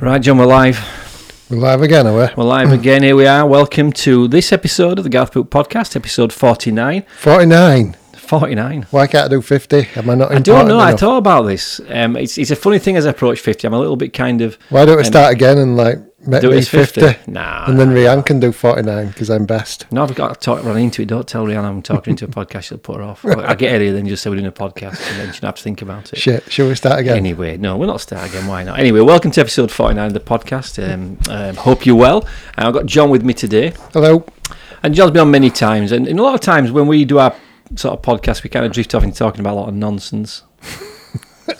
Right, John, we're live. We're live again, are we? We're live again. Here we are. Welcome to this episode of the Garth Poop Podcast, episode 49. 49. 49. Why can't I do 50? Am I not I don't important know. I enough? thought about this. Um, it's, it's a funny thing as I approach 50. I'm a little bit kind of. Why don't we um, start again and like make Do it me as 50? 50. Nah. And then Rianne can do 49 because I'm best. no, I've got to talk run into it. Don't tell Rihanna I'm talking into a podcast. She'll put her off. But I get earlier than just say we're doing a podcast and then she'll have to think about it. Shit, shall we start again? Anyway, no, we're not starting again. Why not? Anyway, welcome to episode 49 of the podcast. Um, um, hope you're well. And I've got John with me today. Hello. And John's been on many times, and, and a lot of times when we do our sort of podcast, we kind of drift off into talking about a lot of nonsense.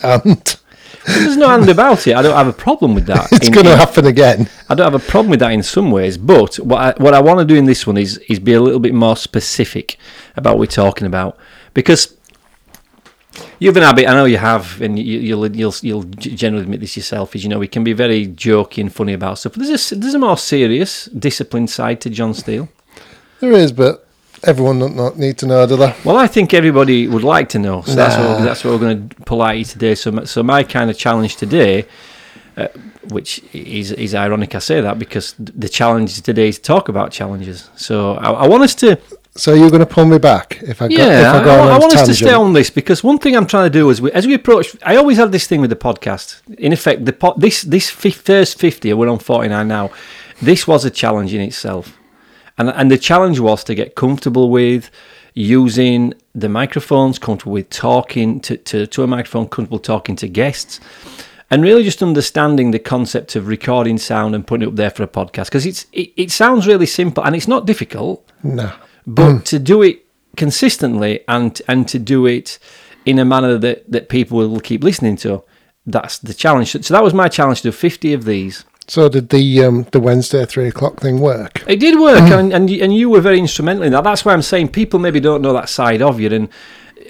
And There's no hand about it. I don't have a problem with that. it's in- going to in- happen again. I don't have a problem with that in some ways, but what I, what I want to do in this one is is be a little bit more specific about what we're talking about because you have an habit. I know you have, and you, you'll you'll you'll g- generally admit this yourself. Is you know we can be very jokey and funny about stuff. But there's a there's a more serious, disciplined side to John Steele. There is, but everyone don't not need to know, do they? Well, I think everybody would like to know, so that's what Nah. that's what we're going to pull out of you today. So, my- so my kind of challenge today, uh, which is is ironic, I say that because th- the challenge today is to talk about challenges. So, I, I want us to, So you're going to pull me back if I go, yeah, if I go I, on I a want us to tangent? stay on this because one thing I'm trying to do is we, as we approach, I always had this thing with the podcast. In effect, the po- this this fi- first fifty, we're on forty nine now. This was a challenge in itself. And, and the challenge was to get comfortable with using the microphones, comfortable with talking to, to, to a microphone, comfortable talking to guests, and really just understanding the concept of recording sound and putting it up there for a podcast. Because it's it, it sounds really simple and it's not difficult, No. but to do it consistently and and to do it in a manner that, that people will keep listening to, that's the challenge. So that was my challenge to do 50 of these. So did the um, the Wednesday three o'clock thing work? It did work, and, and you- and you were very instrumental in that. That's why I'm saying people maybe don't know that side of you. And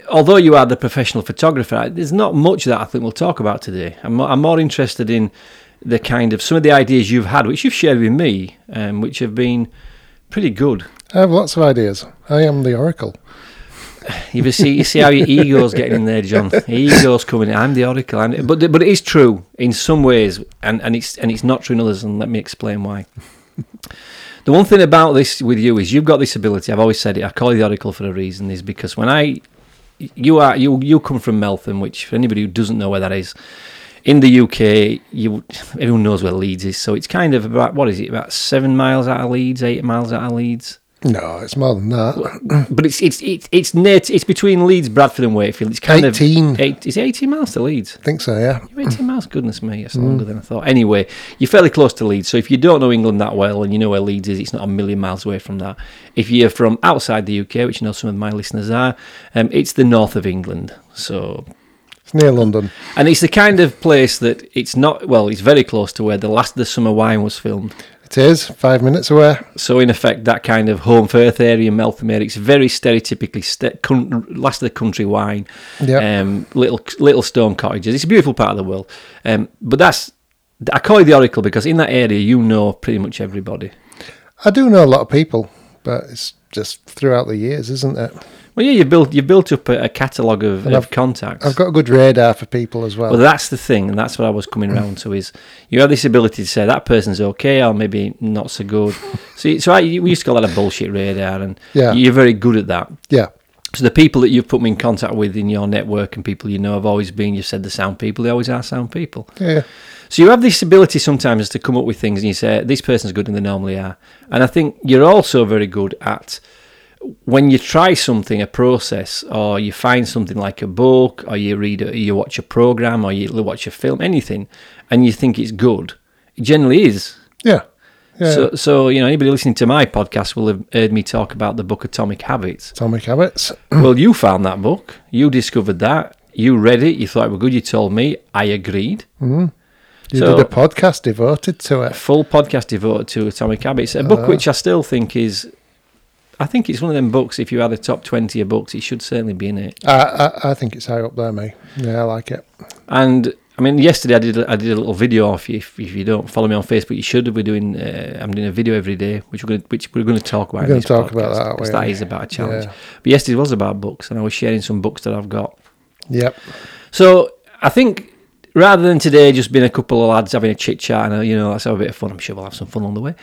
although you are the professional photographer, I- there's not much that I think we'll talk about today. I'm, mo- I'm more interested in the kind of some of the ideas you've had, which you've shared with me, um, which have been pretty good. I have lots of ideas. I am the oracle. You just see, you see how your ego's getting in there, John. Ego's coming. in. I'm the oracle. I'm, but but it is true in some ways, and, and it's and it's not true in others. And let me explain why. The one thing about this with you is you've got this ability. I've always said it. I call you the oracle for a reason. Is because when I you are you you come from Meltham, which for anybody who doesn't know where that is. In the UK, you everyone knows where Leeds is, so it's kind of about what is it about seven miles out of Leeds, eight miles out of Leeds No, it's more than that. but it's it's it's it's near it's between Leeds, Bradford, and Wakefield. It's kind of 18. eight. Is it eighteen miles to Leeds? I think so, yeah. You're eighteen miles. Goodness me, that's longer than I thought. Anyway, you're fairly close to Leeds. So if you don't know England that well and you know where Leeds is, it's not a million miles away from that. If you're from outside the UK, which you know some of my listeners are, um, it's the north of England. So It's near London. and it's the kind of place that it's not well. It's very close to where the last of the summer wine was filmed. It is five minutes away. So in effect, that kind of home firth area, Meltham area, it's very stereotypically st- con- last of the country wine, Yeah. um, little little stone cottages. It's a beautiful part of the world, um, but that's I call it the Oracle because in that area you know pretty much everybody. I do know a lot of people, but it's just throughout the years, isn't it? Well, yeah, you built you built up a, a catalogue of, of I've- contacts. I've got a good radar for people as well. Well, that's the thing, and that's what I was coming round to is you have this ability to say that person's okay or maybe not so good. so, you- so I, we used to call that a bullshit radar, and Yeah. you're very good at that. yeah, So the people that you've put me in contact with in your network and people you know have always been, you've said the sound people, they always are sound people. yeah. So you have this ability sometimes to come up with things and you say, this person's good and they normally are. And I think you're also very good at when you try something, a process, or you find something like a book, or you read, a, you watch a program, or you watch a film, anything, and you think it's good, it generally is. Yeah. Yeah. So, so you know, anybody listening to my podcast will have heard me talk about the book Atomic Habits Atomic habits. well, you found that book. You discovered that. You read it. You thought it was good. You told me. I agreed. You So- did a podcast devoted to A it. full podcast devoted to Atomic Habits, a book Uh-huh. which I still think is. I think it's one of them books. If you had a top twenty of books, it should certainly be in it. I, I, I think it's high up there, me. Yeah, I like it. And I mean, yesterday I did I did a little video off you. If, if you don't follow me on Facebook, you should. We're doing uh, I'm doing a video every day, which we're going to, which we're going to talk about. We're in gonna this talk about podcast, that, aren't 'cause we? that is about a challenge. Yeah. But yesterday was about books, and I was sharing some books that I've got. Yep. So I think rather than today just being a couple of lads having a chit chat and uh, you know let's have a bit of fun. I'm sure we'll have some fun on the way,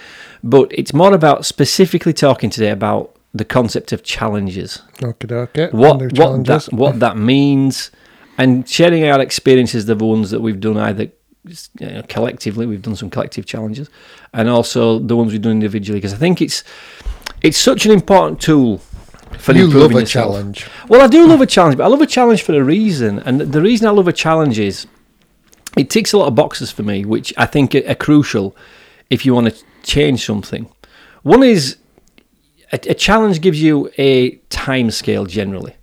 but it's more about specifically talking today about the concept of challenges, Okay, okay. what what that what that means, and sharing our experiences, the ones that we've done either you know, collectively, we've done some collective challenges, and also the ones we've done individually because I think it's it's such an important tool. For you improving love a yourself. challenge. Well, I do love a challenge, but I love a challenge for a reason. And the reason I love a challenge is it ticks a lot of boxes for me, which I think are, are crucial if you want to change something. One is a, a challenge gives you a time scale generally,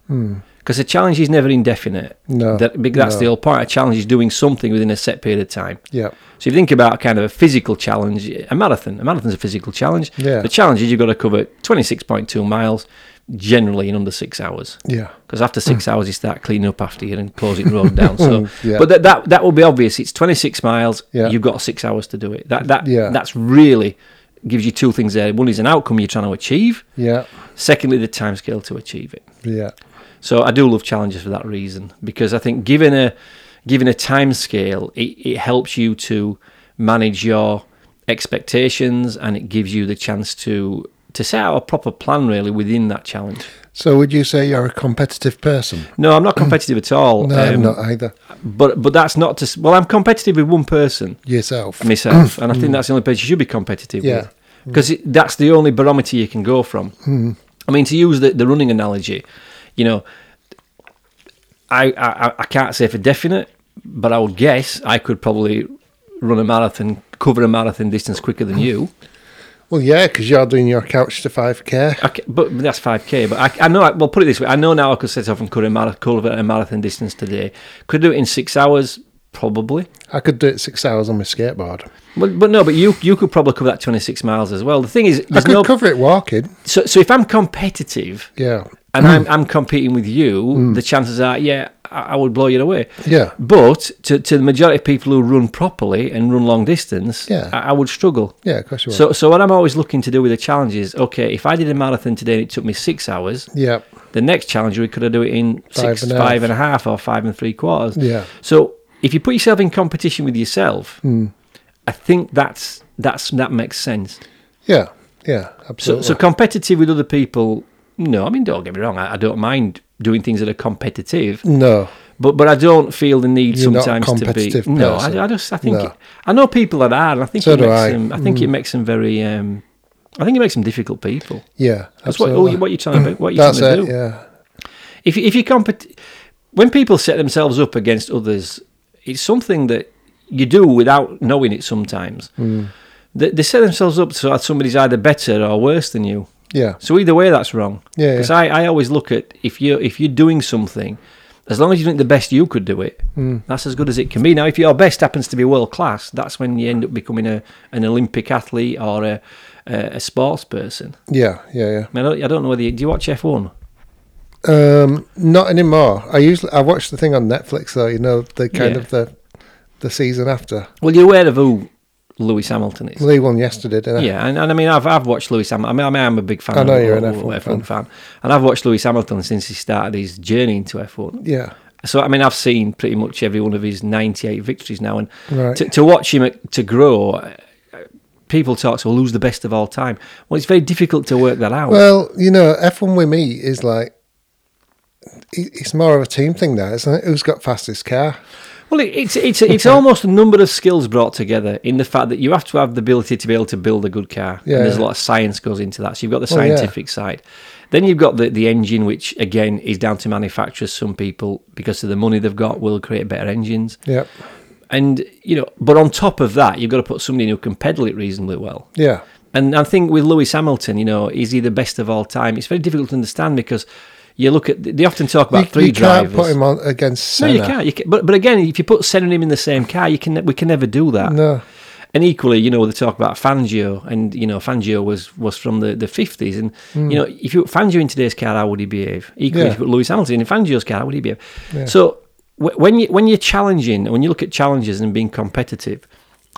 because a challenge is never indefinite. Hmm. No, That, big- that's no. the whole point. A challenge is doing something within a set period of time. Yeah, So if you think about kind of a physical challenge, a marathon. A marathon's a physical challenge. Yeah. The challenge is you've got to cover 26.2 miles generally in under six hours yeah, because after six hours you start cleaning up after you and closing the road down. So, Hmm. Yeah. but that, that that will be obvious. It's 26 miles. Yeah. You've got six hours to do it. That that Yeah. that's really gives you two things there. One is an outcome you're trying to achieve. yeah, Secondly, the time scale to achieve it. yeah, So I do love challenges for that reason because I think given a given a time scale, it, it helps you to manage your expectations and it gives you the chance to to set out a proper plan really within that challenge. So would you say you're a competitive person? No, I'm not competitive at all. No, I'm Um, not either. But but that's not to. s- Well, I'm competitive with one person, Yourself. myself, and I think that's the only person you should be competitive Yeah. with because that's the only barometer you can go from. I mean, to use the, the running analogy, you know, I, I I- I can't say for definite, but I would guess I could probably run a marathon, cover a marathon distance quicker than you. well, yeah, because you're doing your couch to five k. I ca- but that's five k. But I, I know. I, well, put it this way: I know now I could set off and cover a, mara- cover a marathon distance today. Could do it in six hours, probably. I could do it six hours on my skateboard. But, but no, but you you could probably cover that 26 miles as well. The thing is, I there's could no. cover it walking. so, so if I'm competitive Yeah, and I'm, I'm competing with you, the chances are, yeah, I, I would blow you away. Hmm. yeah, But to, to the majority of people who run properly and run long distance, Yeah. I, I would struggle. yeah. Of course you would. So, so what I'm always looking to do with the challenge is okay. If I did a marathon today and it took me six hours, yeah, the next challenge we could I do it in Five six, and a half. five and a half, or five and three quarters. Yeah. So if you put yourself in competition with yourself, Hmm. I think that's that's that makes sense. yeah, yeah. So Absolutely. so competitive with other people. No, I mean don't get me wrong. I, I don't mind doing things that are competitive, no. but but I don't feel the need You're not a sometimes to be. competitive No, person. I, I just I think No. it, I know people that are, and I think So it do makes I. Hmm. them. I think it makes them very. Um, I think it makes them difficult people. Yeah, That's what, all absolutely. you- what you're trying to what you're That's trying to it. do. Yeah, If you- if you compet, when people set themselves up against others, it's something that you do without knowing it. Sometimes Hmm. they, they set themselves up so that somebody's either better or worse than you. yeah, So either way, that's wrong. Yeah, Because yeah. I, I always look at if you if you're doing something, as long as you're doing the best you could do it, Hmm. that's as good as it can be. Now, if your best happens to be world class, that's when you end up becoming a an Olympic athlete or a a, a sports person. yeah, yeah, yeah. I, mean, I, don't, I don't know whether you, do you watch F one. Um, not anymore. I usually I watch the thing on Netflix though. You know the kind Yeah. of the the season after. Well, you're aware of who Lewis Hamilton is. Lee won yesterday, didn't I? Yeah, and, and I mean, I've I've watched Lewis Hamilton. I mean, I mean, I'm a big fan. I know of, you're of an F1 fan, and I've watched Lewis Hamilton since he started his journey into F1. yeah, So I mean, I've seen pretty much every one of his 98 victories now, and Right. to, to watch him at- to grow, uh, people talk so lose the best of all time. Well, it's very difficult to work that out. Well, you know, F1 with me is like it- it's more of a team thing now, isn't it? Who's got fastest car? Well, it, it's it's it's almost a number of skills brought together in the fact that you have to have the ability to be able to build a good car. Yeah. And there's a lot of science goes into that. So you've got the Well, yeah. scientific side. Then you've got the, the engine, which again is down to manufacturers. Some people, because of the money they've got, will create better engines. Yep. And you know, but on top of that, you've got to put somebody in who can pedal it reasonably well. Yeah. And I think with Lewis Hamilton, you know, is he the best of all time? It's very difficult to understand because you look at they often talk about you, three you drivers. can't put him on against No, Senna. you can't. You can, but but again, if you put Senna and him in the same car, you can we can never do that. No. And equally, you know, they talk about Fangio, and you know, Fangio was was from the the fifties, and you know, if you put Fangio in today's car, how would he behave? Equally, Hmm. Yeah. if you put Lewis Hamilton in Fangio's car, how would he behave? So wh- when you when you're challenging, when you look at challenges and being competitive,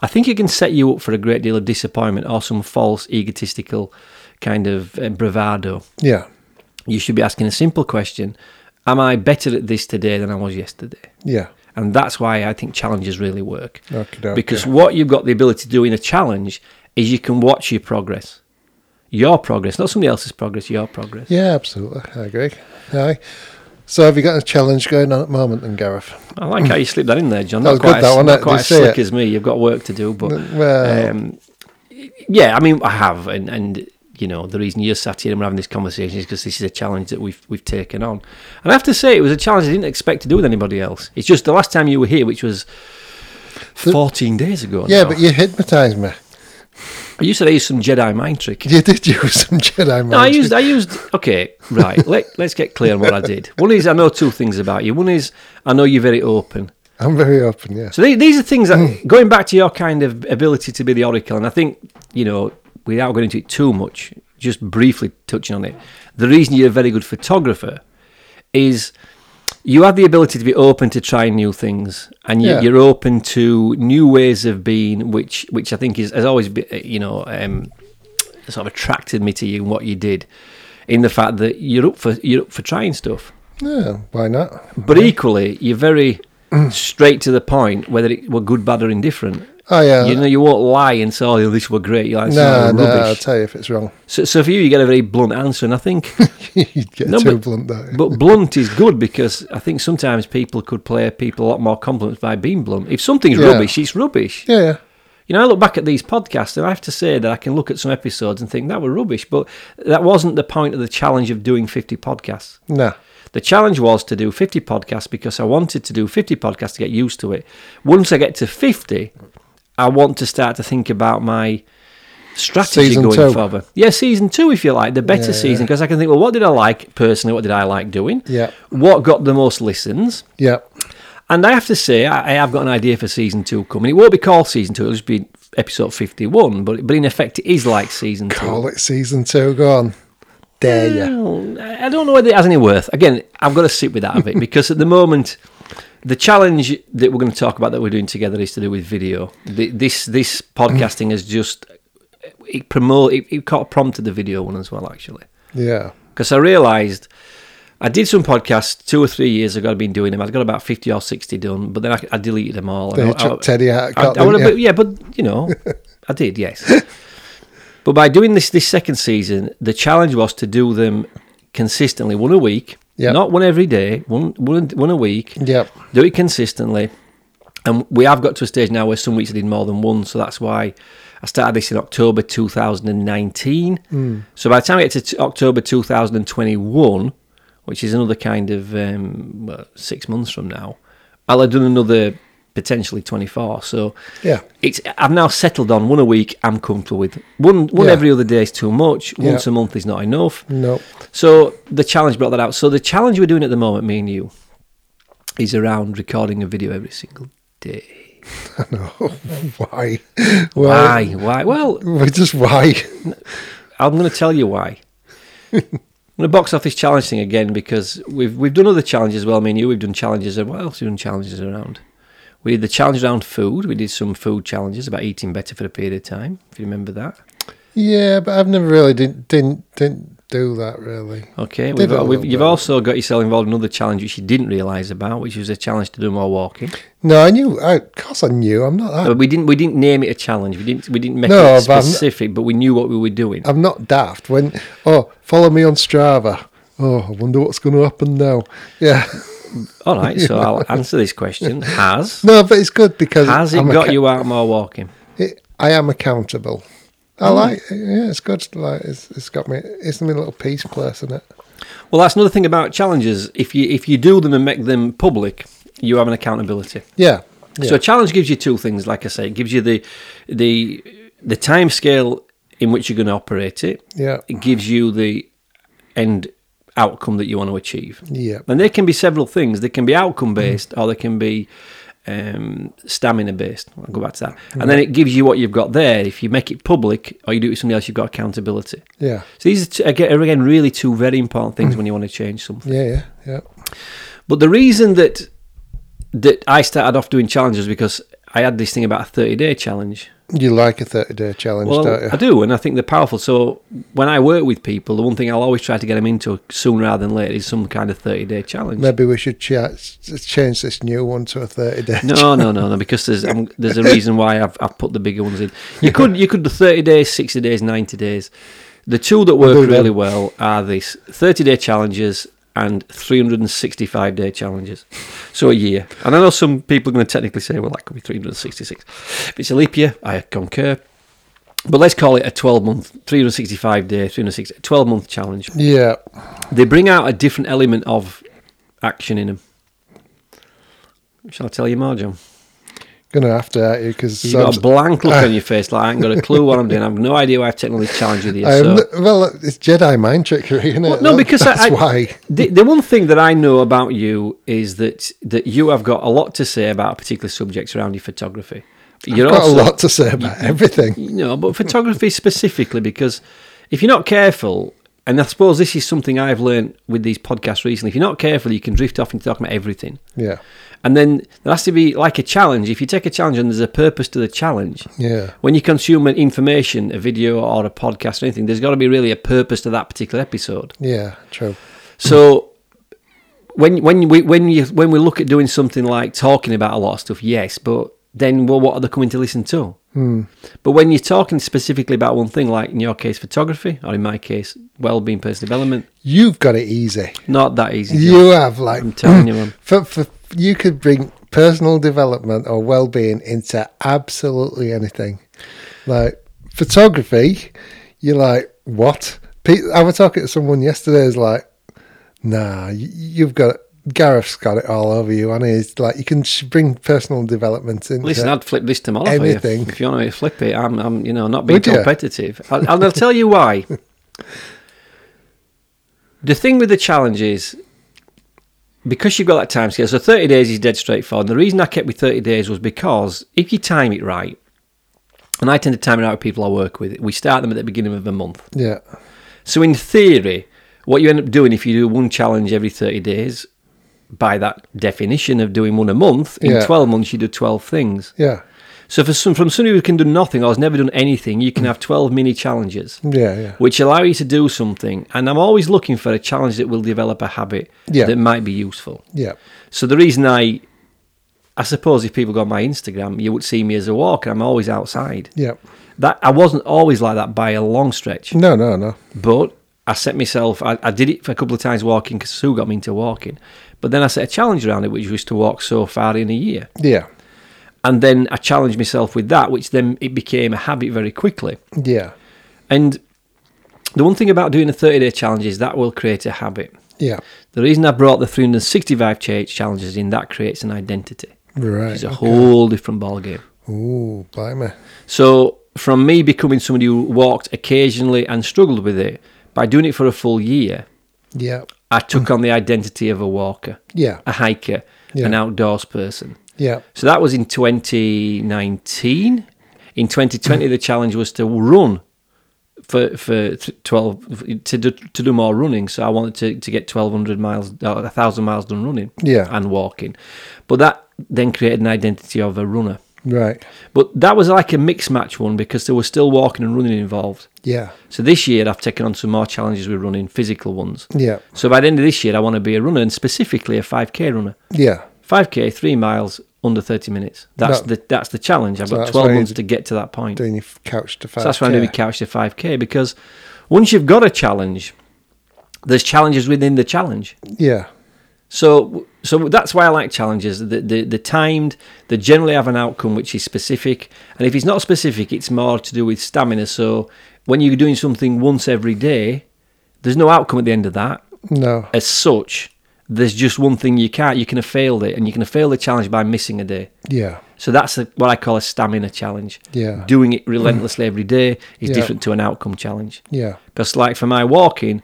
I think it can set you up for a great deal of disappointment or some false egotistical kind of uh, bravado. Yeah. You should be asking a simple question: Am I better at this today than I was yesterday? Yeah. And that's why I think challenges really work. Okey-dokey. Because what you've got the ability to do in a challenge is you can watch your progress. Your progress, not somebody else's progress, your progress. Yeah, absolutely. I agree. Aye. So have you got a challenge going on at the moment then, Gareth? I like how you slipped that in there, John. Not That was good, quite, that as, one, not eh? quite Did as you see slick it? as me. You've got work to do, but N- well- um, yeah, I mean, I have, and and you know, the reason you're sat here and we're having this conversation is because this is a challenge that we've we've taken on, and I have to say, it was a challenge I didn't expect to do with anybody else. It's just the last time you were here, which was. 14 days ago. Yeah, now. but you hypnotised me. you said I used some Jedi mind trick. You did use some Jedi mind. No, I trick. used. I used. Okay, right. Let Let's get clear on what I did. One is I know two things about you. One is I know you're very open. I'm very open, yeah. Hmm. So these, these are things that going back to your kind of ability to be the oracle, and I think you know without going into it too much, just briefly touching on it, the reason you're a very good photographer is you have the ability to be open to trying new things, and you, Yeah. you're open to new ways of being, which which I think is has always been you know um, sort of attracted me to you and what you did, in the fact that you're up for you're up for trying stuff. Yeah, why not? But equally, you're very straight to the point, whether it were good, bad, or indifferent. Oh, yeah. you know, you won't lie and say, "Oh, this were great." You're like, "No, no, no, I'll rubbish." tell you if it's wrong. So, so for you, you get a very blunt answer, and I think, You'd get No, too but- blunt, though. but blunt is good because I think sometimes people could play people a lot more compliments by being blunt. If something's Yeah. rubbish, it's rubbish. Yeah, yeah. You know, I look back at these podcasts, and I have to say that I can look at some episodes and think that were rubbish, but that wasn't the point of the challenge of doing fifty podcasts. No. The challenge was to do 50 podcasts because I wanted to do 50 podcasts to get used to it. Once I get to 50, I want to start to think about my strategy Season going two. forward. Yeah, season two, if you like, the better season, because I can think, well, what did I like personally? What did I like doing? Yeah. What got the most listens? Yeah. And I have to say, I, I have got an idea for season two coming. It won't be called season two, it'll just be episode 51, but, but in effect, it is like season two. Call it season two. Go on. Dare you. Well, I I don't know whether it has any worth. Again, I've got to sit with that a bit because at the moment, the challenge that we're going to talk about that we're doing together is to do with video. The, this this podcasting has just it promote it, it kind of prompted the video one as well actually Yeah. because I realised I did some podcasts two or three years ago. I'd been doing them. I'd got about fifty or sixty done, but then I, I deleted them all. Then And you I- I- chucked Teddy out. I, Got I would have, yeah, but you know, I did, yes. but by doing this this second season, the challenge was to do them consistently, one a week, Yep. not one every day, one one one a week. Yep. Do it consistently, and we have got to a stage now where some weeks I did more than one, so that's why. I started this in October 2019. Hmm. So by the time I get to t- October 2021, which is another kind of um, well, six months from now, I'll have done another potentially 24. So Yeah. it's I've now settled on one a week. I'm comfortable with one. One Yeah. every other day is too much. Once Yeah. a month is not enough. No. So the challenge brought that out. So the challenge we're doing at the moment, me and you, is around recording a video every single day. Why? Why? Why? Why? Well, Well, Just why? I'm going to tell you why. I'm going to box off this challenge thing again because we've we've done other challenges. as Well, I mean, you we've done challenges. and What else have we done challenges around? We did the challenge around food. We did some food challenges about eating better for a period of time. If you remember that. Yeah, but I've never really didn't didn't didn't do that really. Okay, Did we've, a we've, little you've bit. also got yourself involved in another challenge which you didn't realise about, which was a challenge to do more walking. No, I knew. I, of course, I knew. I'm not. Uh, That, we didn't we didn't name it a challenge. We didn't we didn't make No, it but I'm- specific, but we knew what we were doing. I'm not daft. When oh, follow me on Strava. Oh, I wonder what's going to happen now. Yeah. All right, so I'll answer this question: Has No, but it's good because has it I'm got acc- you out more walking? It, I am accountable. Hmm. I like. Yeah, it's good. Like it's, it's got me. It's my little peace place, isn't it? Well, that's another thing about challenges. If you if you do them and make them public, you have an accountability. Yeah. yeah. So a challenge gives you two things. Like I say, it gives you the the the time scale in which you're going to operate it. yeah. It gives you the end outcome that you want to achieve. Yeah. And they can be several things. They can be outcome based or they can be um, stamina based. I'll go back to that. And then it gives you what you've got there. If you make it public or you do it with somebody else, you've got accountability. Yeah. So these are, two, again, are again, really two very important things when you want to change something. Yeah. Yeah. Yeah. But the reason that that I started off doing challenges was because I had this thing about a 30 day challenge. You like a 30 day challenge, don't you? I do, and I think they're powerful. So when I work with people, the one thing I'll always try to get them into sooner rather than later is some kind of thirty day challenge. Maybe we should cha- s- change this new one to a 30 day. No, no, no, no. Because there's um, there's a reason why I've, I've put the bigger ones in. You could you could do thirty days, sixty days, ninety days. The two that do work them. really well are these thirty day challenges and three hundred and sixty five day challenges. So a year. And I know some people are going to technically say, well, that could be three hundred and sixty six. If it's a leap year, I concur. But let's call it a 12 month, 365 day, 360, 12 month challenge. Yeah. They bring out a different element of action in them. Shall I tell you more, John? Going to have to at you because You've got a blank look on your face, like I ain't got a clue what I'm doing. I've no idea why I've taken on this challenge with you. I am, So. n- well, it's Jedi mind trickery, isn't it? Well, no, That- because I- that's I- why. The, the one thing that I know about you is that that you have got a lot to say about particular subjects around your photography. You're I've got also- a lot to say about everything. you know, but photography specifically because if you're not careful, and I suppose this is something I've learned with these podcasts recently. If you're not careful, you can drift off into talking about everything. Yeah. And then there has to be like a challenge. If you take a challenge and there's a purpose to the challenge, Yeah. when you consume an information, a video or a podcast or anything, there's got to be really a purpose to that particular episode. Yeah. True. So when when we when you when we look at doing something like talking about a lot of stuff, yes, but then well, what are they coming to listen to? But when you're talking specifically about one thing, like in your case, photography, or in my case, well-being, personal development, You've got it easy. not that easy. John. You have like I'm telling you, man. for, for you could bring personal development or well-being into absolutely anything like photography you're like what Pe- i was talking to someone yesterday is like nah y- you've got gareth's got it all over you and he's like you can sh- bring personal development into Listen, I'd flip this tomorrow for you. Anything. If you want me to flip it, I'm, I'm you know, not being Would you? competitive. I, and I'll tell you why. the thing with the challenge is, because you've got that time scale, so 30 days is dead straightforward. The reason I kept with 30 days was because if you time it right, and I tend to time it out with people I work with, we start them at the beginning of the month. yeah So in theory, what you end up doing if you do one challenge every 30 days, by that definition of doing one a month, in Yeah. 12 months you do 12 things. yeah So for some, from somebody who can do nothing or has never done anything, you can have 12 mini challenges, yeah yeah which allow you to do something. And I'm always looking for a challenge that will develop a habit Yeah. that might be useful. yeah So the reason I, I suppose if people go on my Instagram, you would see me as a walker. I'm always outside. yeah That I wasn't always like that by a long stretch, no no no but I set myself. I, I did it for a couple of times walking because Sue got me into walking. But then I set a challenge around it, which was to walk so far in a year yeah and then I challenged myself with that, which then it became a habit very quickly. yeah And the one thing about doing a 30 day challenge is that will create a habit. yeah The reason I brought the 365 cha- challenges in, that creates an identity. right It's a whole different ballgame. oh blimey So, from me becoming somebody who walked occasionally and struggled with it, by doing it for a full year, yeah I took on the identity of a walker, yeah a hiker, an Yeah. outdoors person. yeah So that was in 2019. In 2020, the challenge was to run for for th- 12 to do, to do more running. So I wanted to, to get 1,200 miles, uh, 1,000 miles done running, Yeah. and walking. But that then created an identity of a runner. right But that was like a mixed match one because there was still walking and running involved. yeah So this year, I've taken on some more challenges with running, physical ones. yeah So by the end of this year, I want to be a runner and specifically a 5k runner. yeah 5k, three miles under 30 minutes. That's No. the that's the challenge. I've So got that's 12 why you months d- to get to that point. doing your f- couch to five. So that's why I'm doing couch to 5k because once you've got a challenge, there's challenges within the challenge. Yeah, So so that's why I like challenges. The the, the timed, they generally have an outcome which is specific. And if it's not specific, it's more to do with stamina. So when you're doing something once every day, there's no outcome at the end of that no, as such, there's just one thing you can't. You can have failed it, and you can have failed the challenge by missing a day. yeah, So that's a, what I call a stamina challenge. Yeah. Doing it relentlessly every day is Yeah. different to an outcome challenge. yeah, Because, like for my walking,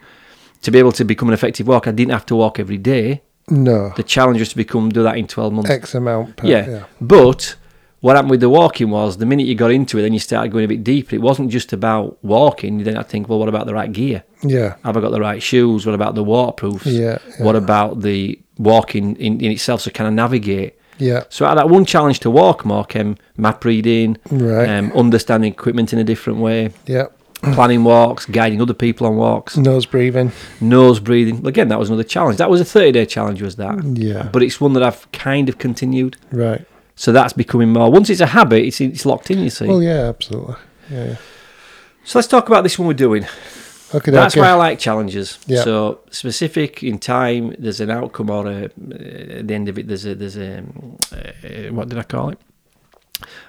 to be able to become an effective walker, I didn't have to walk every day. no, The challenge was to become do that in twelve months. X amount per yeah. yeah, But what happened with the walking was the minute you got into it, then you started going a bit deeper. It wasn't just about walking. You then had to think, well, what about the right gear? yeah, Have I got the right shoes? What about the waterproofs? Yeah, What about the walking in, in itself? So can I navigate? Yeah. So at that one challenge to walk more came map reading, Right. um, understanding equipment in a different way, yeah. planning walks, guiding other people on walks, Nose breathing. nose breathing. Again, that was another challenge. That was a 30 day challenge, was that? Yeah. But it's one that I've kind of continued. Right. So that's becoming more. Once it's a habit, it's, it's locked in, you see. Well, yeah, absolutely. Yeah. yeah. so let's talk about this one we're doing. Okay. That's okay. why I like challenges. Yeah. So specific in time, there's an outcome, or a, uh, at the end of it, there's a there's a um, uh, what did I call it?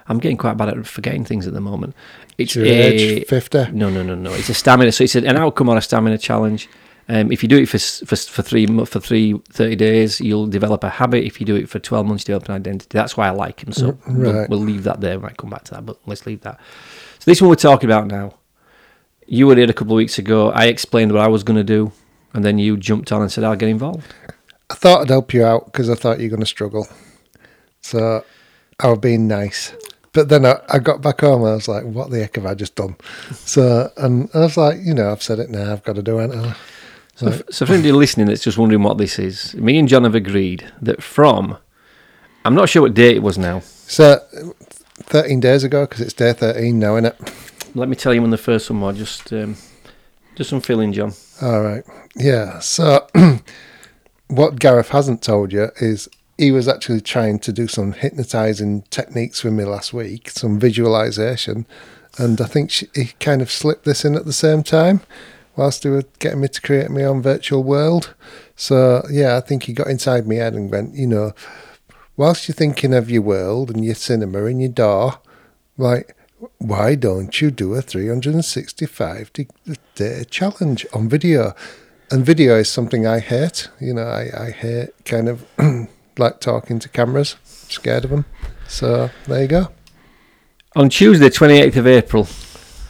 I'm getting quite bad at forgetting things at the moment. It's Your a, age fifty. no no no no. It's a stamina. So it's an outcome or a stamina challenge. Um, if you do it for s- for s- for three mo- for three 30 days, you'll develop a habit. If you do it for twelve months, you develop an identity. That's why I like him. So R- we'll, right. we'll leave that there. We might come back to that, but let's leave that. So this one we're talking about now. You were here a couple of weeks ago. I explained what I was going to do, and then you jumped on and said, "I'll get involved." I thought I'd help you out because I thought you were going to struggle. So I was being nice. But then I, I got back home and I was like, what the heck have I just done? So, and I was like, you know, I've said it now, I've got to do it. now. So, f- so for anybody listening that's just wondering what this is, me and John have agreed that from, I'm not sure what date it was now. So 13 days ago, because it's day 13 now, isn't it? Let me tell you when the first one was. Just, um, just some feeling, John. All right. Yeah. So what Gareth hasn't told you is he was actually trying to do some hypnotizing techniques with me last week, some visualization. And I think she, he kind of slipped this in at the same time whilst he was getting me to create my own virtual world. So, yeah, I think he got inside my head and went, you know, whilst you're thinking of your world and your cinema and your door, like, why don't you do a 365 de- day challenge on video? And video is something I hate. You know, I, I hate kind of like talking to cameras, scared of them. So there you go. On Tuesday, 28th of April,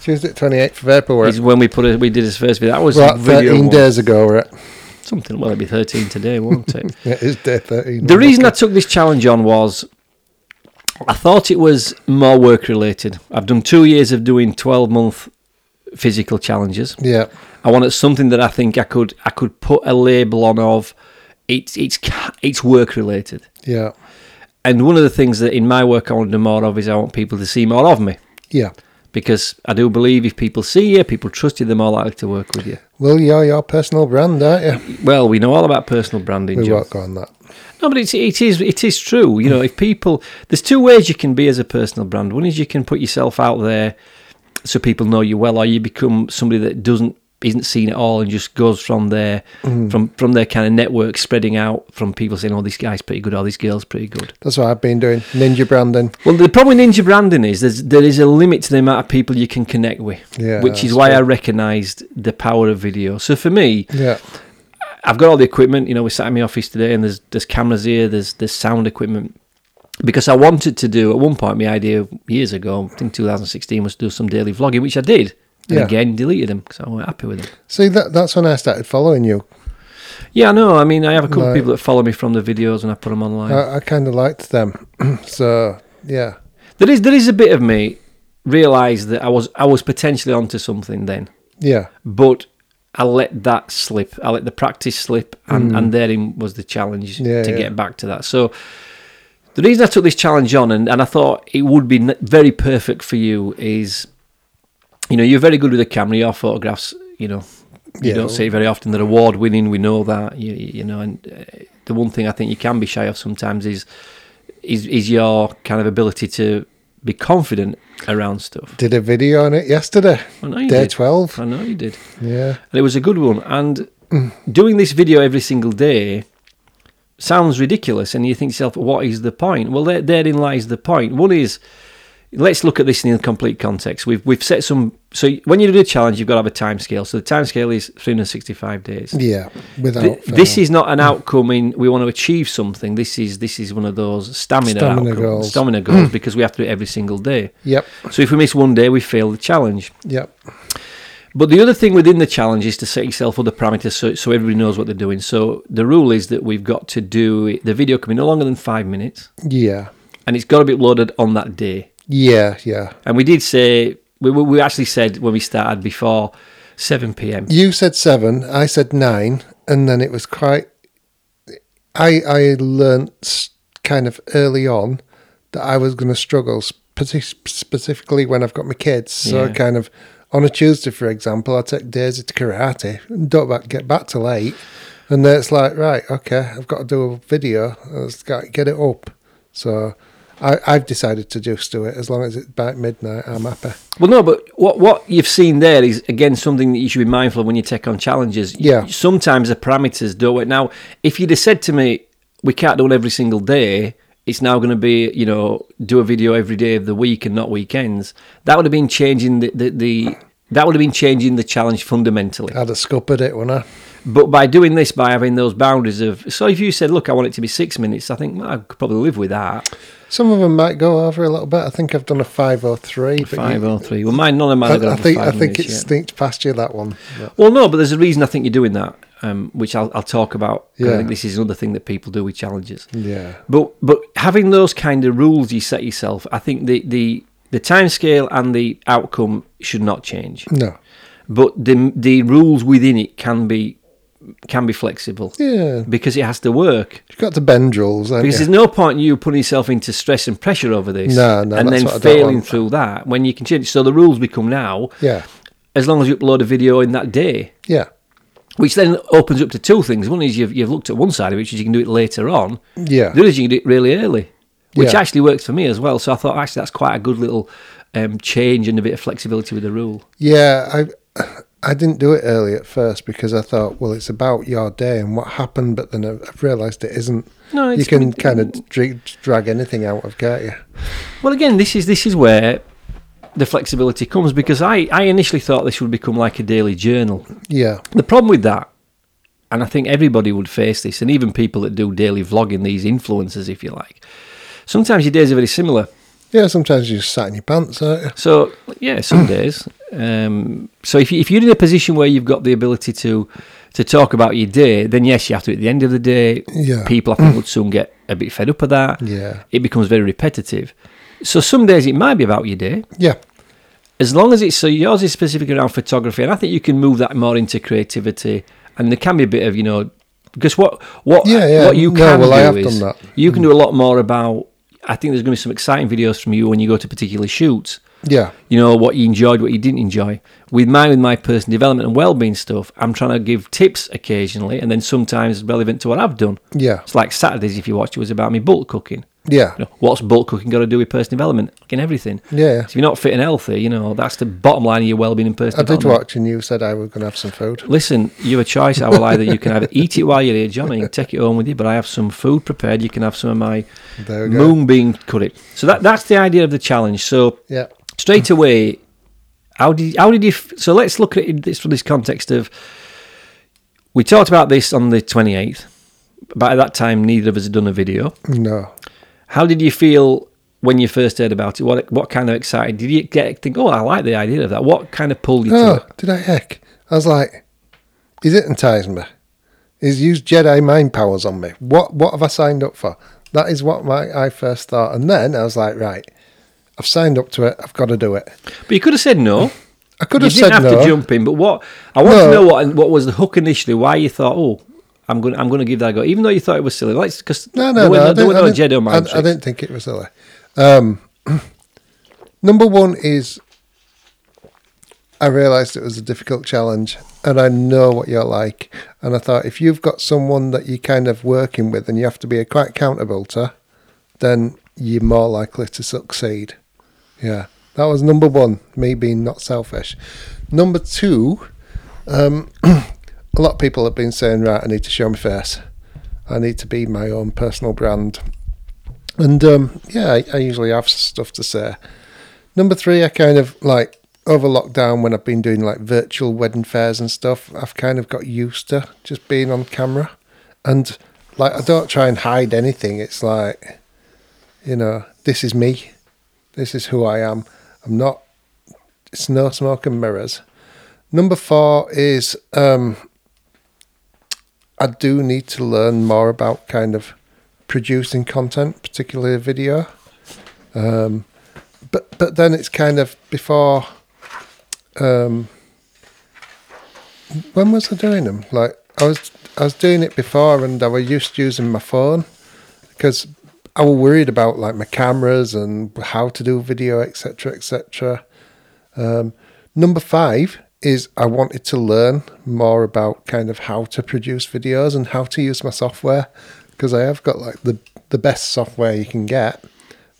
Tuesday, 28th of April, we're is when we put a, we did his first video. That was Well, video 13 one. days ago, we're at, Something, well, it'd be 13 today, won't it? it is day 13. The reason I took this challenge on was I thought it was more work related. I've done two years of doing 12 month physical challenges. Yeah, I wanted something that I think I could I could put a label on of it's it's ca- it's work related. yeah, And one of the things that in my work I want to do more of is I want people to see more of me yeah. because I do believe if people see you, people trust you, they're more likely to work with you. Well, you're your personal brand, aren't you? Well, we know all about personal branding. We Joe. won't go on that. No, but it's, it is it is true. You know, if people there's two ways you can be as a personal brand. One is you can put yourself out there so people know you well, or you become somebody that doesn't isn't seen at all and just goes from their from from their kind of network spreading out from people saying, "Oh, this guy's pretty good," or "This girl's pretty good." That's what I've been doing. Ninja branding. Well, the problem with ninja branding is there's, there is a limit to the amount of people you can connect with, Yeah, which is that's why true. I recognised the power of video. So for me, Yeah, I've got all the equipment. You know, we sat in my office today, and there's there's cameras here, there's there's sound equipment. Because I wanted to do at one point, my idea years ago, I think 2016, was to do some daily vlogging, which I did. And Yeah. again, deleted them because I wasn't happy with them. See, that, that's when I started following you. Yeah, I know. I mean, I have a couple of Right. Uh, people that follow me from the videos when I put them online. I, I kind of liked them. so, yeah. there is there is a bit of me realised that I was I was potentially onto something then, Yeah. but I let that slip. I let the practice slip, and and therein was the challenge Hmm. Yeah, to yeah. get back to that. So the reason I took this challenge on, and, and I thought it would be n- very perfect for you, is you know you're very good with the camera. Your photographs, you know, you Yeah. don't see it very often. They're award winning. We know that. You, you know, and uh, the one thing I think you can be shy of sometimes is is is your kind of ability to be confident around stuff. Did a video on it yesterday, I know you day did. 12. I know you did Yeah. and it was a good one. And doing this video every single day sounds ridiculous, and you think to yourself, "What is the point?" Well, there, therein lies the point. One is, let's look at this in the complete context. We've we've set some. So when you do a challenge, you've got to have a time scale. So the time scale is 365 days. Yeah. Without Th- fail. this is not an outcome in we want to achieve something. This is this is one of those stamina, Stamina outcome- goals. stamina goals because we have to do it every single day. Yep. So if we miss one day, we fail the challenge. Yep. But the other thing within the challenge is to set yourself other parameters so, so everybody knows what they're doing. So the rule is that we've got to do it- the video can be no longer than five minutes Yeah. and it's got to be uploaded on that day. Yeah. Yeah. And we did say, we, we we actually said when we started before 7 pm. You said seven. I said nine, and then it was quite. I I learnt s- kind of early on that I was going to struggle, speci- specifically when I've got my kids. So Yeah. kind of on a Tuesday, for example, I take Daisy to karate and don't back, get back till eight. And then it's like, right, okay, I've got to do a video. I've got to get it up. So I, I've decided to just do it. As long as it's by midnight, I'm happy. Well, no, but what what you've seen there is again something that you should be mindful of when you take on challenges. Yeah. Sometimes the parameters don't work. Now, if you'd have said to me, "We can't do it every single day," it's now going to be you know do a video every day of the week and not weekends. That would have been changing the the. the that would have been changing the challenge fundamentally. I'd have scuppered it, wouldn't I? But by doing this, by having those boundaries of, so if you said, look, I want it to be six minutes, I think well, I could probably live with that. Some of them might go over a little bit. I think I've done a 503. But Five oh, you, or three. Well, mine, none of mine I, are going I to think I five think minutes it yet. sneaked past you that one. Well, no, but there's a reason I think you're doing that, um, which I'll, I'll talk about. 'cause I Yeah. Mm. think this is another thing that people do with challenges. Yeah. But but having those kind of rules you set yourself, I think the the the time scale and the outcome should not change, No. but the the rules within it can be can be flexible Yeah. because it has to work. You've got to bend rules, haven't Because you? there's no point in you putting yourself into stress and pressure over this, No, no, and that's then what I don't failing want. through that when you can change. So the rules become now. Yeah. As long as you upload a video in that day, Yeah. which then opens up to two things. One is you've, you've looked at one side of it, which is you can do it later on. Yeah. The other is you can do it really early, which Yeah. actually works for me as well. So I thought actually that's quite a good little um, change and a bit of flexibility with the rule. Yeah, I I didn't do it early at first because I thought, well, it's about your day and what happened, but then I've, I've realised it isn't. No, you it's- can kind of dra- drag anything out of, can't you? Well, again, this is this is where the flexibility comes because I, I initially thought this would become like a daily journal. Yeah, The problem with that, and I think everybody would face this, and even people that do daily vlogging, these influencers, if you like, sometimes your days are very similar. yeah. Sometimes you just sat in your pants, aren't you? So yeah, some days. Um, so if you, if you're in a position where you've got the ability to to talk about your day, then yes, you have to at the end of the day. Yeah. People I think would soon get a bit fed up of that. Yeah. It becomes very repetitive. So some days it might be about your day, Yeah, as long as it's so yours is specific around photography, and I think you can move that more into creativity. And there can be a bit of you know because what what Yeah, yeah. what you No, can well, do I have is done that. Mm. you can do a lot more about. I think there's going to be some exciting videos from you when you go to particular shoots yeah, you know what you enjoyed what you didn't enjoy with mine with my personal development and well-being stuff i'm trying to give tips occasionally and then sometimes relevant to what i've done yeah, it's like saturdays if you watch it was about me bulk cooking yeah, you know, what's bulk cooking got to do with personal development in everything yeah. so if you're not fit and healthy you know that's the bottom line of your well-being and I personal did development watch, and you said I was going to have some food. Listen, you have a choice. I will either you can either eat it while you're here, Johnny, and take it home with you. But I have some food prepared. You can have some of my There we go. moonbeam curry. So that that's the idea of the challenge. So Yeah, straight away, how did how did you? f- So let's look at it this from this context of. We talked about this on the twenty eighth. By that time, neither of us had done a video. no, How did you feel when you first heard about it? What what kind of excited did you get? Think, oh, I like the idea of that. What kind of pulled you to Oh, it? did I heck? I was like, he's hypnotising me. He's used Jedi mind powers on me. What what have I signed up for? That is what my I first thought. And then I was like, right, I've signed up to it. I've got to do it. But you could have said no. I could you have didn't said have no. to jump in. But what I want to No. know what what was the hook initially? Why you thought, oh, I'm going I'm going to give that a go, even though you thought it was silly. Let's because No, no, there were no. I there didn't- were I no didn't- Jedi mind I- I, tricks. didn't think it was silly. Um, number one is I realised it was a difficult challenge, and I know what you're like. And I thought if you've got someone that you kind of working with, and you have to be quite accountable to, then you're more likely to succeed. Yeah, that was number one. Me being not selfish. Number two, um, a lot of people have been saying, right, I need to show my face. I need to be my own personal brand. And um, yeah, I, I usually have stuff to say. Number three, I kind of like over lockdown when I've been doing like virtual wedding fairs and stuff, I've kind of got used to just being on camera. And like, I don't try and hide anything. It's like, you know, this is me. This is who I am. I'm not, it's no smoke and mirrors. Number four is um, I do need to learn more about kind of producing content, particularly video. Um, but but then it's kind of before. Um, when was I doing them? Like I was I was doing it before, and I was used to using my phone because I was worried about like my cameras and how to do video, etc., etc. Um, number five is I wanted to learn more about kind of how to produce videos and how to use my software because I have got like the the best software you can get,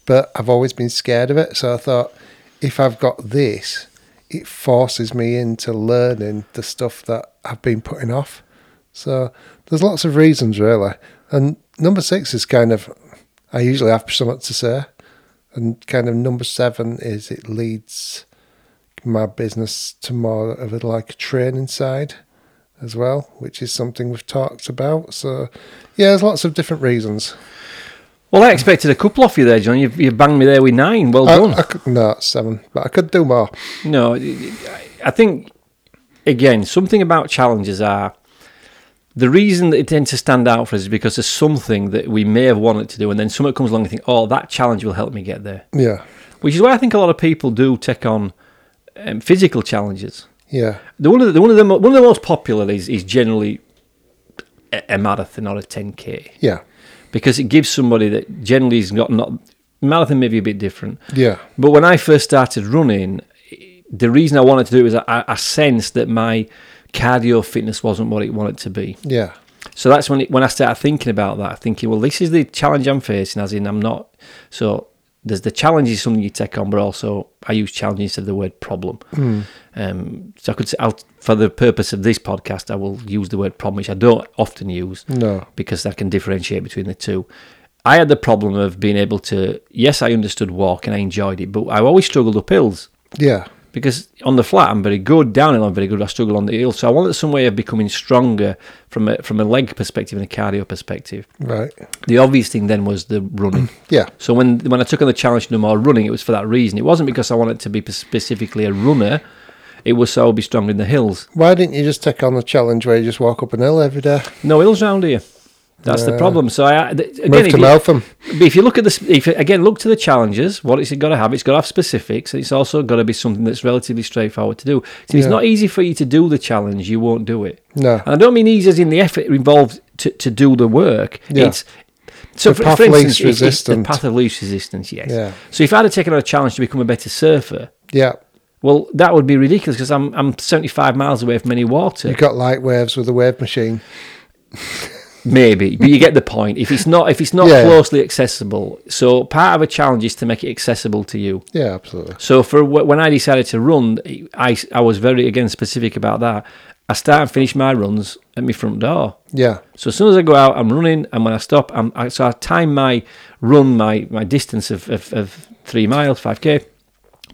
but I've always been scared of it. So I thought if I've got this, it forces me into learning the stuff that I've been putting off. So there's lots of reasons really, and number six is kind of I usually have something to say, and kind of number seven is it leads my business to more of a like a training side as well, which is something we've talked about. So yeah, there's lots of different reasons. Well, I expected a couple off you there, John. You, you banged me there with nine. Well I- done. I could- no, it's seven, but I could do more. No, I- I think again something about challenges are the reason that it tends to stand out for us is because there's something that we may have wanted to do, and then someone comes along and think, "Oh, that challenge will help me get there," Yeah, which is why I think a lot of people do take on um, physical challenges. yeah, The one of the one of the mo- one of the most popular is is generally a, a marathon or a 10k yeah, because it gives somebody that generally has got not marathon may be a bit different, yeah, but when I first started running, the reason I wanted to do it was I, I sensed that my cardio fitness wasn't what it wanted to be. yeah, So that's when it, when I started thinking about that, thinking, well, this is the challenge I'm facing, as in I'm not. So there's the challenge is something you take on, but also I use challenge instead of the word problem. Um, so I could say, I'll, for the purpose of this podcast, I will use the word problem, which I don't often use no, because I can differentiate between the two. I had the problem of being able to, yes, I understood walk and I enjoyed it, but I always struggled up hills yeah, because on the flat I'm very good, downhill I'm very good, I struggle on the hill. So I wanted some way of becoming stronger from a, from a leg perspective and a cardio perspective. right, The obvious thing then was the running. yeah, So when when I took on the challenge no more running, it was for that reason. It wasn't because I wanted to be specifically a runner. It was so I'll be strong in the hills. Why didn't you just take on the challenge where you just walk up an hill every day? No hills round here. That's the Yeah. problem. So I th- again, Move if to you- Meltham. But if you look at this, if you, again look to the challenges, what it's got to have, it's got to have specifics, and it's also got to be something that's relatively straightforward to do. So it's Yeah. not easy for you to do the challenge; you won't do it. No. And I don't mean easy as in the effort involved to, to do the work. Yeah. It's so The for, path for instance, least it's- it's the resistant. path of least resistance. Yes. Yeah. So if I had taken on a challenge to become a better surfer, Yeah. well, that would be ridiculous because I'm I'm 75 miles away from any water. You got light waves with a wave machine. Maybe, but you get the point. If it's not if it's not Yeah. closely accessible, so part of a challenge is to make it accessible to you. Yeah, absolutely. So for wh- when I decided to run, I I was very again specific about that. I start and finish my runs at my front door. Yeah. So as soon as I go out, I'm running, and when I stop, I'm I, so I time my run, my my distance of of, of three miles, five k.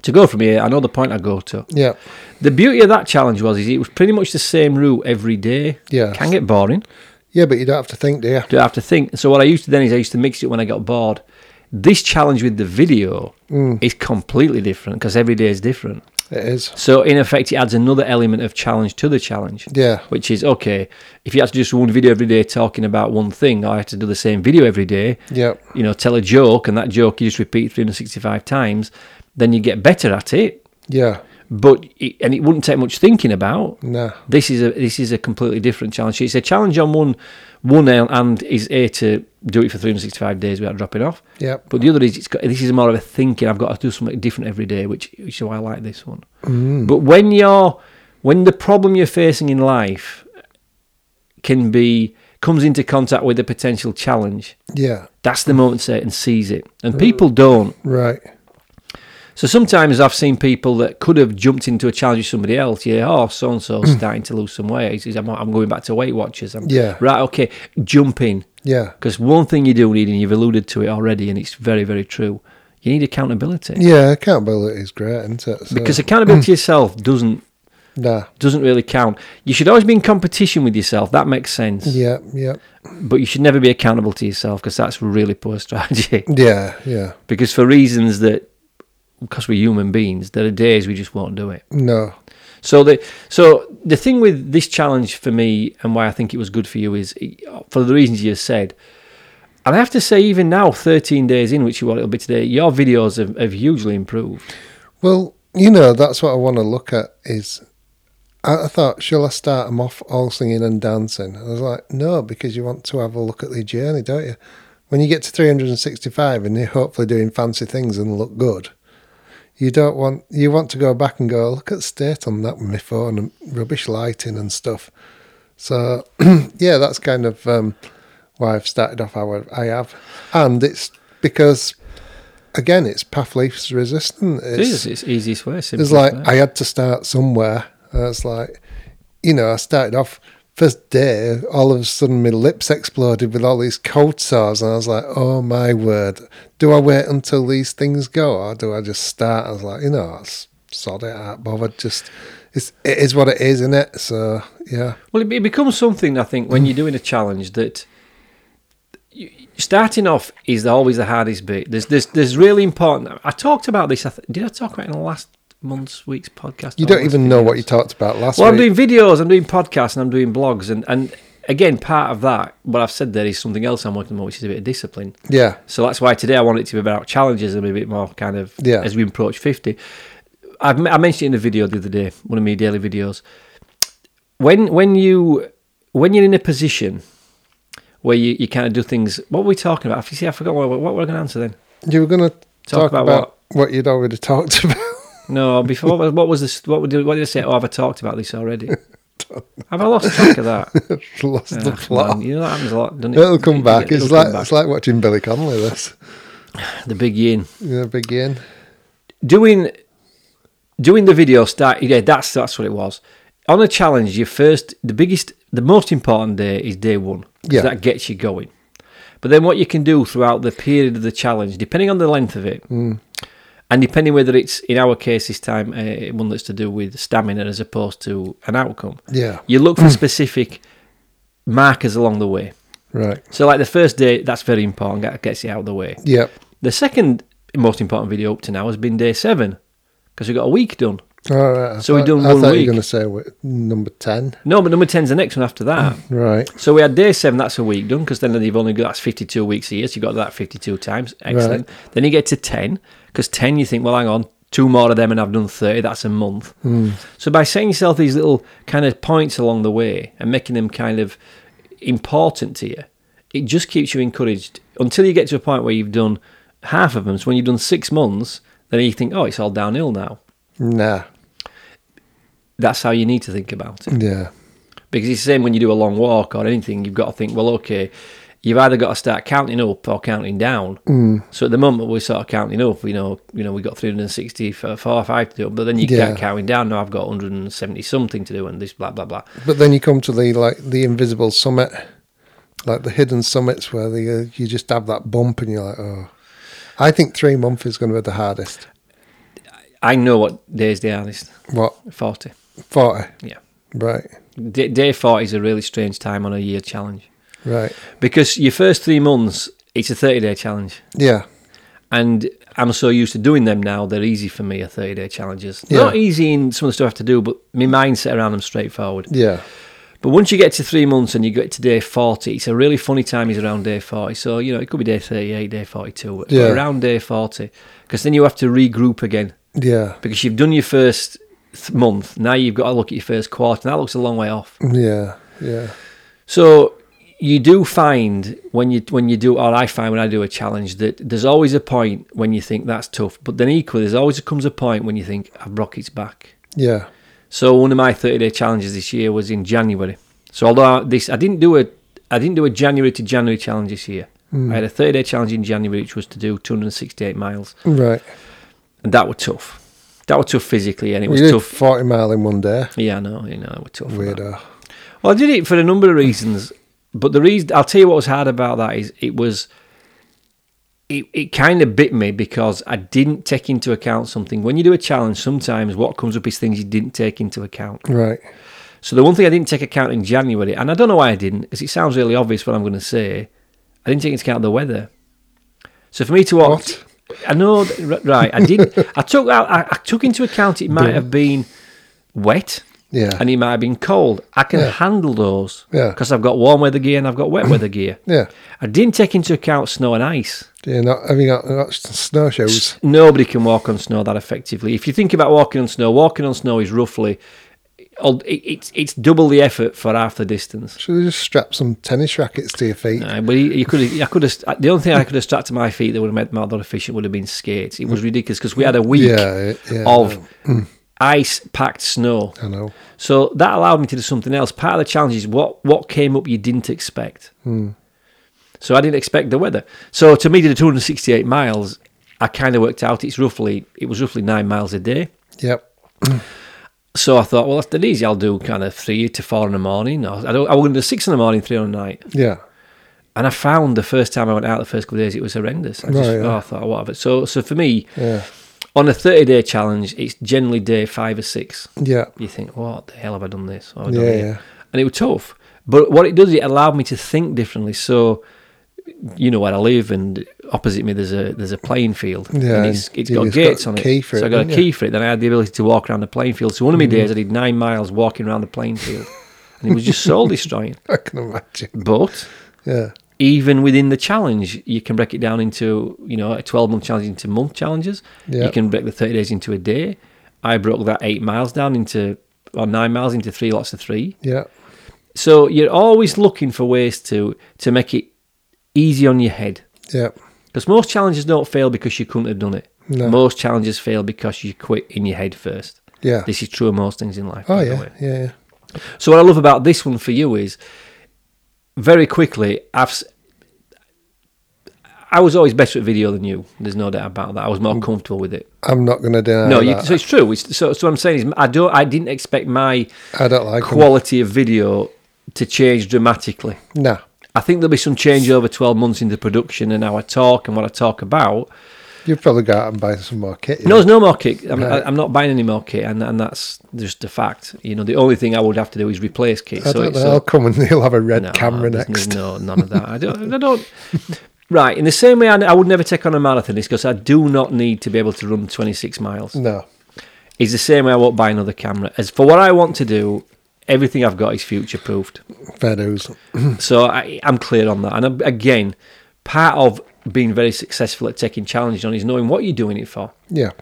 To go from here, I know the point I go to. Yeah. The beauty of that challenge was is it was pretty much the same route every day. Yes. Can get boring. Yeah, but you don't have to think, do you? Do I have to think? So what I used to then is I used to mix it when I got bored. This challenge with the video is completely different because every day is different. It is. So in effect, it adds another element of challenge to the challenge. Yeah. Which is okay. If you had to do just one video every day talking about one thing, or I had to do the same video every day, Yeah. you know, tell a joke, and that joke you just repeat 365 times, then you get better at it. Yeah. But it, and it wouldn't take much thinking about. No. This is a this is a completely different challenge. It's a challenge on one one end, and is a to do it for 365 days without dropping off. Yeah. But the other is, it's got, this is more of a thinking. I've got to do something different every day, which, which is why I like this one. But when you're, when the problem you're facing in life can be comes into contact with a potential challenge, Yeah. that's the moment to say it and seize it. And people don't. Right. So sometimes I've seen people that could have jumped into a challenge with somebody else. Yeah, oh, so and so's starting to lose some weight. He says, I'm, I'm going back to Weight Watchers. I'm, Yeah. Right, okay, jump in. Yeah. Because one thing you do need, and you've alluded to it already, and it's very, very true, you need accountability. Yeah, Mm. accountability is great, isn't it? So, Because accountability yourself doesn't nah. doesn't really count. You should always be in competition with yourself. That makes sense. Yeah, yeah. But you should never be accountable to yourself because that's really poor strategy. Yeah, yeah. because for reasons that, because we're human beings, there are days we just won't do it. No. So the so the thing with this challenge for me and why I think it was good for you is it- for the reasons you said. And I have to say, even now, 13 days in, which you what it'll be today, your videos have, have hugely improved. Well, you know, that's what I want to look at is I, I thought, shall I start them off all singing and dancing? I was like, no, because you want to have a look at their journey, don't you? when you get to 365 and you're hopefully doing fancy things and look good, you don't want you want to go back and go look at state on that with my phone and rubbish lighting and stuff. So yeah, that's kind of um, why I've started off how I I have, and it's because again it's path leaf resistant. It is. It's the easiest way. It's simplest like way. I had to start somewhere. And it's like, you know, I started off first day, all of a sudden my lips exploded with all these cold sores, and I was like, oh my word, do I wait until these things go, or do I just start? I was like, you know, it's sod it, I ain't bothered. Just it's it is what it is, isn't it? So yeah, Well, it, be- it becomes something I think when you're doing a challenge that you, starting off is always the hardest bit. There's there's there's really important. I talked about this. I th- did I talk about it in the last month's week's podcast? you Or don't last even know what videos? you talked about last Well, I'm week. doing videos, I'm doing podcasts, and I'm doing blogs, and and again, part of that what I've said there is something else I'm working on, which is a bit of discipline. yeah, So that's why today I want it to be about challenges and a bit more kind of Yeah. as we approach 50. I've, I mentioned it in a video the other day, one of my daily videos. When when you when you're in a position where you, you kind of do things, what were we talking about? You see, I forgot what, what we're going to answer then. you were gonna talk, about about, what you'd already talked about. No, before what was- what was this? What did, what did I say? Oh, have I talked about this already? Have I lost track of that? Lost Ah, the come plot. on, You know that happens a lot, doesn't it? It'll come It- back. it'll It's come like back. it's like watching Billy Connolly. This, the big yin. yeah, big yin. doing doing the video start yeah that's that's what it was on a challenge your first the biggest the most important day is day one 'cause Yeah. that gets you going but then what you can do throughout the period of the challenge depending on the length of it Mm. and depending whether it's in our case this time uh, one that's to do with stamina as opposed to an outcome Yeah, Mm. you look for specific markers along the way right. so like the first day that's very important that gets you out of the way Yep. the second most important video up to now has been day seven because we got a week done. All right. I So we've thought- done I one thought you week. were going to say wi- number ten. No, but number 10's the next one after that. Right. so we had day seven, that's a week done because then you've only got that's 52 weeks a year, so you got that 52 times. Excellent. Then you get to 10 because 10 you think, well, hang on, two more of them and I've done 30, that's a month. So by setting yourself these little kind of points along the way and making them kind of important to you, it just keeps you encouraged until you get to a point where you've done half of them. So when you've done six months, then you think, oh, it's all downhill now. Nah. That's how you need to think about it. Yeah. Because it's the same when you do a long walk or anything, you've got to think, well, okay, you've either got to start counting up or counting down. Mm. So at the moment we're sort of counting up, you know, you know, we've got 364 or five to do, but then you Yeah. start counting down. Now I've got 170 something to do and this blah blah blah. But then you come to the like the invisible summit, like the hidden summits where the, uh, you just have that bump and you're like, oh. I think three month is going to be the hardest. I know what days they are this What 40. forty? Yeah. Right. Day, day 40 is a really strange time on a year challenge. Right. Because your first 3 months it's a 30 day challenge. Yeah. and I'm so used to doing them now. They're easy for me. Are 30 day challenges. Yeah. Not easy in some of the stuff I have to do, but my mindset around them straightforward. Yeah. But once you get to three months and you get to day 40, it's a really funny time. Is around day 40, so you know it could be day 38, day 42, but Yeah. around day 40, because then you have to regroup again Yeah. because you've done your first th- month. Now you've got to look at your first quarter. And that looks a long way off. Yeah. Yeah. So you do find when you when you do or I find when I do a challenge that there's always a point when you think that's tough, but then equally there's always comes a point when you think I've rockets back. Yeah. So one of my 30 day challenges this year was in January. So although I, this I didn't do a I didn't do a January to January challenge this year. I had a 30 day challenge in January which was to do 268 miles, Right. and that were tough. That were tough physically, and it We was did tough. forty mile in one day. Yeah, I know, you know, it were tough. man. Weirdo. Well, I did it for a number of reasons, but the reason I'll tell you what was hard about that is it was it, it kind of bit me because I didn't take into account something. When you do a challenge, sometimes what comes up is things you didn't take into account. Right. So the one thing I didn't take account in January, and I don't know why I didn't, because it sounds really obvious what I'm going to say. I didn't take into account the weather. So for me to walk, What? I know, th- r- right? I didn't. I took out. I, I took into account it might have been wet Yeah. and it might have been cold. I can handle those Yeah. because I've got warm weather gear and I've got wet weather gear. yeah. I didn't take into account snow and ice. Yeah. Not have you got, got snowshoes? Nobody can walk on snow that effectively. If you think about walking on snow, walking on snow is roughly al- it- it's it's double the effort for half the distance. Should we just strap some tennis rackets to your feet? No, but you could have. I could have. The only thing I could have strapped to my feet that would have made my other efficient would have been skates. It was ridiculous because we had a week Yeah, yeah. Mm. of ice-packed snow, I know. so that allowed me to do something else. Part of the challenge is what what came up you didn't expect. Hmm. So I didn't expect the weather. So to me, to the 268 miles, I kind of worked out it's roughly it was roughly nine miles a day. Yep. So I thought, well, that's dead easy. I'll do kind of three to four in the morning. Or I, don't, I wouldn't do six in the morning, three on the night. Yeah. And I found the first time I went out, the first couple of days, it was horrendous. I just Right, yeah. oh, I thought, whatever. So, so for me, Yeah. on a 30 day challenge, it's generally day five or six. Yeah. You think, what the hell have I done this? Or, Yeah, yeah, yeah. And it was tough. But what it does, it allowed me to think differently. So, you know where I live, and opposite me there's a there's a playing field. Yeah, and it's, and it's you got just gates got on a it. key for so it, I got a didn't Mm-hmm. key for it. Then I had the ability to walk around the playing field. So one of my days I did nine miles walking around the playing field, and it was just soul destroying. I can imagine. But Yeah. even within the challenge, you can break it down into, you know, a 12 month challenge into month challenges. Yeah. You can break the 30 days into a day. I broke that eight miles down into, or nine miles into three lots of three. Yeah. So you're always looking for ways to, to make it easy on your head. Yeah. Because most challenges don't fail because you couldn't have done it. No. Most challenges fail because you quit in your head first. Yeah. This is true of most things in life. Oh by the yeah. way. Yeah. Yeah. So what I love about this one for you is very quickly I've s- I was always better at video than you. There's no doubt about that. I was more comfortable with it. I'm not going to deny No, you, Mm. Uh, that. so it's true. It's, so, so what I'm saying is I don't. I didn't expect my I don't like them. quality of video to change dramatically. Nah. I think there'll be some change over 12 months into production and how I talk and what I talk about. You'd probably go out and buy some more kit. you No, there's no more kit. I'm, Right. I, am not buying any more kit, and, and that's just a fact. You know, the only thing I would have to do is replace kit. so, I don't it- know. so I'll come and he'll have a red camera there's- there's next. No, none of that. I don't. I don't. Right. In the same way, I, I would never take on a marathon is because I do not need to be able to run 26 miles. No. It's the same way I won't buy another camera. As for what I want to do, everything I've got is future proofed. Fair dues. so I, I'm clear on that. And I'm- again, part of being very successful at taking challenges on is knowing what you're doing it for Yeah.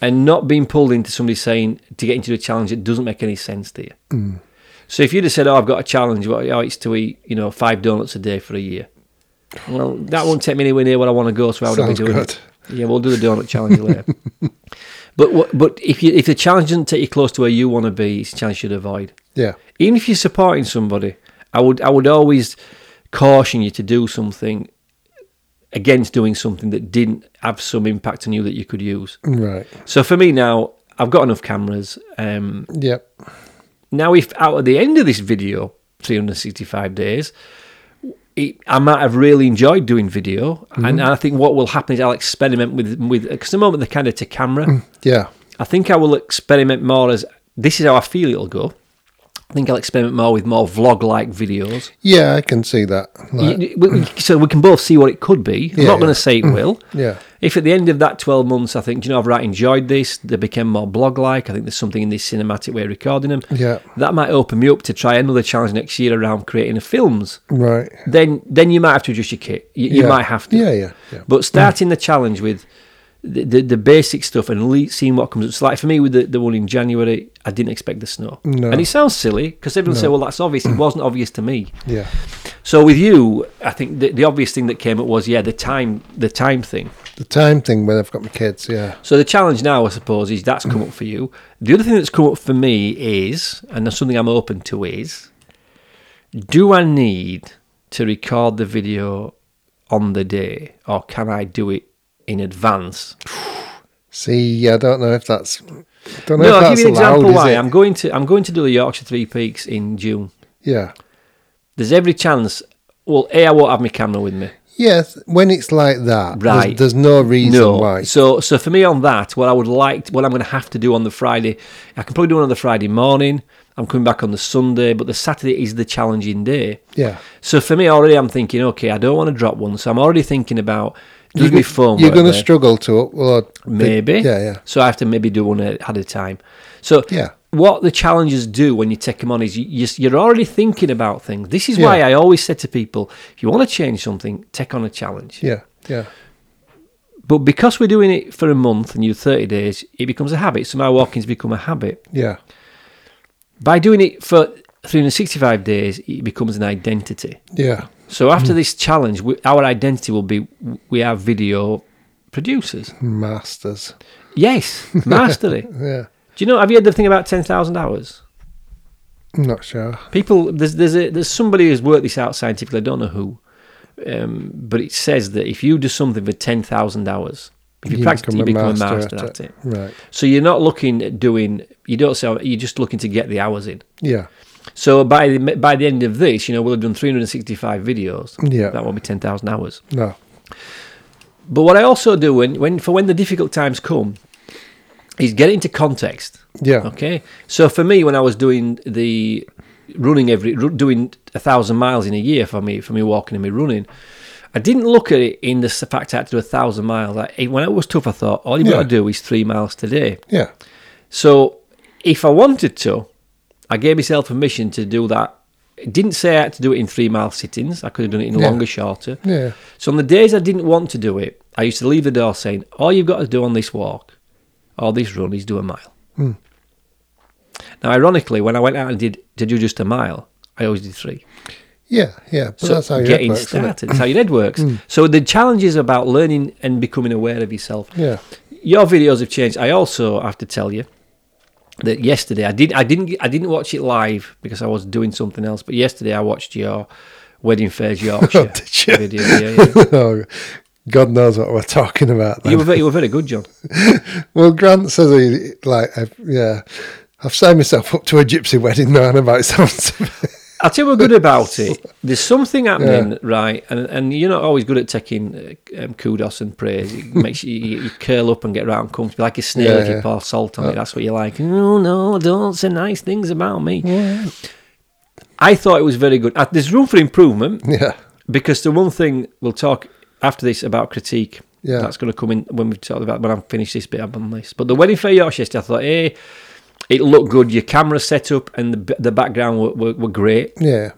and not being pulled into somebody saying to get into a challenge that doesn't make any sense to you. Mm. So if you'd have said, "Oh, I've got a challenge. Well, oh, it's to eat, you know, five donuts a day for a year." Well, that won't take me anywhere near where I want to go. So I would have been Sounds doing good. it. Yeah, we'll do the donut challenge later. But what- but if you, if the challenge doesn't take you close to where you want to be, it's a challenge you'd avoid. Yeah. Even if you're supporting somebody, I would I would always caution you to do something against doing something that didn't have some impact on you that you could use. Right. So for me now, I've got enough cameras. Um, Yep. now, if out at the end of this video, 365 days, it, I might have really enjoyed doing video, and I think what will happen is I'll experiment with with because the moment they're kind of to camera, Yeah. I think I will experiment more as this is how I feel it'll go. I think I'll experiment more with more vlog like videos. Yeah. I can see that. Like, You- we- we- so we can both see what it could be. I'm Yeah, not going yeah. Mm. to say it will. Yeah. If at the end of that 12 months, I think, "Do you know, I've right enjoyed this, they became more blog like, I think there's something in this cinematic way of recording them, Yeah. that might open me up to try another challenge next year around creating films. Right. Then then you might have to adjust your kit. You, you Yeah. might have to. Yeah. Yeah. Yeah. But starting the challenge with the, the, the basic stuff and le- seeing what comes up. So like for me with the, the one in January, I didn't expect the snow. No. And it sounds silly because everyone say, well, that's obvious. It wasn't obvious to me. Yeah. So with you, I think the, the obvious thing that came up was, yeah, the time, the time thing. The time thing when I've got my kids. Yeah. So the challenge now, I suppose, is that's come up for you. The other thing that's come up for me is, and that's something I'm open to is, do I need to record the video on the day, or can I do it in advance? See, I don't know if that's. Don't know No, if I'll that's give you an allowed, example is why. it? I'm going to I'm going to do the Yorkshire Three Peaks in June. Yeah. There's every chance. Well, a I won't have my camera with me. Yes. When it's like that, Right. There's, there's no reason No. why. So so for me on that, what I would like, what I'm going to have to do on the Friday, I can probably do it on the Friday morning. I'm coming back on the Sunday, but the Saturday is the challenging day. Yeah. So for me already, I'm thinking, okay, I don't want to drop one. So I'm already thinking about does my phone. You're work going to there? struggle to upload. the- maybe. yeah. Yeah. So I have to maybe do one at at a time. So Yeah. what the challengers do when you take them on is you, you, you're already thinking about things. This is Yeah. why I always said to people, if you want to change something, take on a challenge. Yeah. Yeah. But because we're doing it for a month and you're 30 days, it becomes a habit. So my walking's become a habit. Yeah. By doing it for 365 days, it becomes an identity. Yeah. So after this challenge, we, our identity will be we are video producers. Masters. Yes, mastery. Do Yeah. you know? Have you heard the thing about 10,000 hours? I'm not sure. People, there's there's a, there's somebody who's worked this out scientifically. I don't know who, um, but it says that if you do something for 10,000 hours, if you, practice, it, you become a master at it. Right. So you're not looking at doing. You don't say you're just looking to get the hours in. Yeah. So by the by the end of this, you know we'll have done 365 videos. Yeah. That won't be 10,000 hours. No. But what I also do when, when for when the difficult times come is get it into context. Yeah. Okay. So for me, when I was doing the running every ru- doing a thousand miles in a year for me for me walking and me running. I didn't look at it in the s- fact I had to do a thousand miles. I, it- when it was tough, I thought all you've got Yeah. to do is three miles today. Yeah. So if I wanted to, I gave myself permission to do that. It didn't say I had to do it in three mile sittings. I could have done it in Yeah. longer, shorter. Yeah. So on the days I didn't want to do it, I used to leave the door saying, "All you've got to do on this walk or this run is do a mile." Hmm. Now, ironically, when I went out and did to do just a mile, I always did three. Yeah. Yeah. But So that's how your head getting works, isn't it? Hmm. started, that's how your head works. So the challenge is about learning and becoming aware of yourself. Yeah. Your videos have changed. I also have to tell you that yesterday I did I didn't I didn't watch it live because I was doing something else. But yesterday I watched your wedding fairs Yorkshire Oh, Did you? video. Yeah, yeah. oh, God knows what we're talking about. Then. You were very, you were very good, John. Well, Grant says he like, I've, yeah, I've signed myself up to a gypsy wedding now, and about sounds. I'll tell you what's good about it. There's something happening, right? And and you're not always good at taking uh, um, kudos and praise. It makes you, you, you curl up and get round comfortable, like a snail Yeah, if you yeah. pour salt on it. That's what you're like. No, no, don't say nice things about me. I thought it was very good. Uh, There's room for improvement yeah, because the one thing we'll talk after this about critique. Yeah. That's going to come in when we talk about when I finish this bit up on this. But the wedding fair Yorkshire, I thought, hey, it looked good. Your camera setup and the, b- the background were, were, were great. yeah,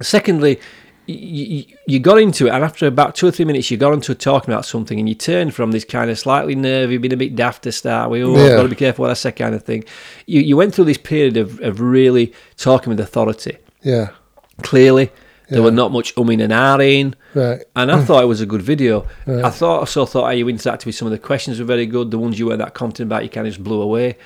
Secondly, you, you got into it, and after about two or three minutes, you got into talking about something, and you turned from this kind of slightly nervy, been a bit daft to start with, oh, I've Yeah. got to be careful what I say kind of thing. You, you went through this period of, of really talking with authority. yeah, Clearly, there were not much umming and ahhing. right, And I thought it was a good video. I thought also thought how you interacted with some of the questions were very good. The ones you weren't that confident about, you kind of just blew away.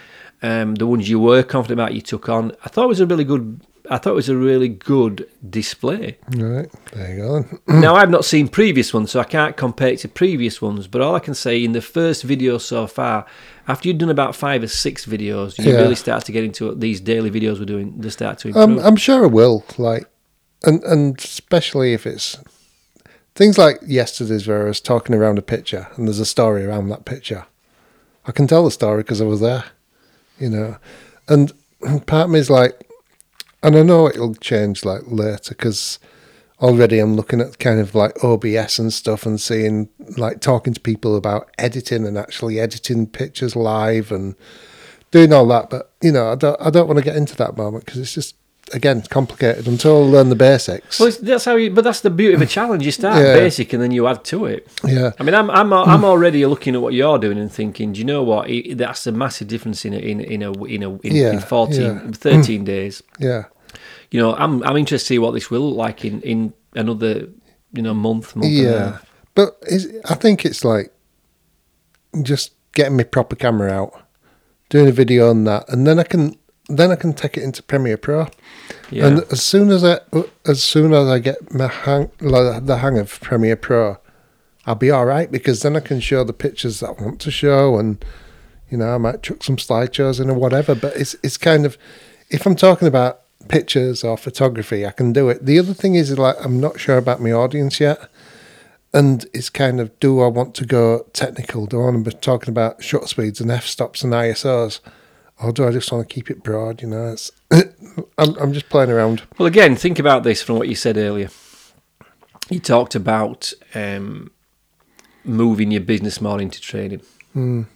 Um, the ones you were confident about, you took on. I thought it was a really good. I thought it was a really good display. right. There you go. Then. Now I've not seen previous ones, so I can't compare it to previous ones. But all I can say in the first video so far, after you've done about five or six videos, you Yeah. Um, really start to get into it. These daily videos we're doing, they start to improve. I'm, I'm sure I will. Like, and and especially if it's things like yesterday's where I was talking around a picture, and there's a story around that picture. I can tell the story because I was there, you know. And part of me is like, and I know it'll change like later because already I'm looking at kind of like OBS and stuff and seeing like talking to people about editing and actually editing pictures live and doing all that. But you know, I don't I don't want to get into that moment because it's just again complicated until I learn the basics. well, it's- that's how you. But that's the beauty of a challenge. You start Yeah. Hmm. basic and then you add to it. yeah, I mean, I'm I'm al- I'm already looking at what you're doing and thinking. Do you know what? It, that's a massive difference in a, in in a in a in, in Yeah, 14, yeah. Hmm. 13 days. yeah, You know, I'm I'm interested to see what this will look like in in another you know month month. and a yeah. half. But is, I think it's like just getting my proper camera out, doing a video on that, and then I can then I can take it into Premiere Pro. yeah. And as soon as I, as soon as I get my hang, like, the hang of Premiere Pro, I'll be all right because then I can show the pictures that I want to show, and you know I might chuck some slideshows in or whatever. But it's it's kind of if I'm talking about pictures or photography, I can do it. The other thing is like I'm not sure about my audience yet, and it's kind of do I want to go technical? Do I want to be talking about shutter speeds and f stops and ISOs? Or do I just want to keep it broad? You know, it's I'm, I'm just playing around. Well, again, think about this from what you said earlier. You talked about um, moving your business more into training, and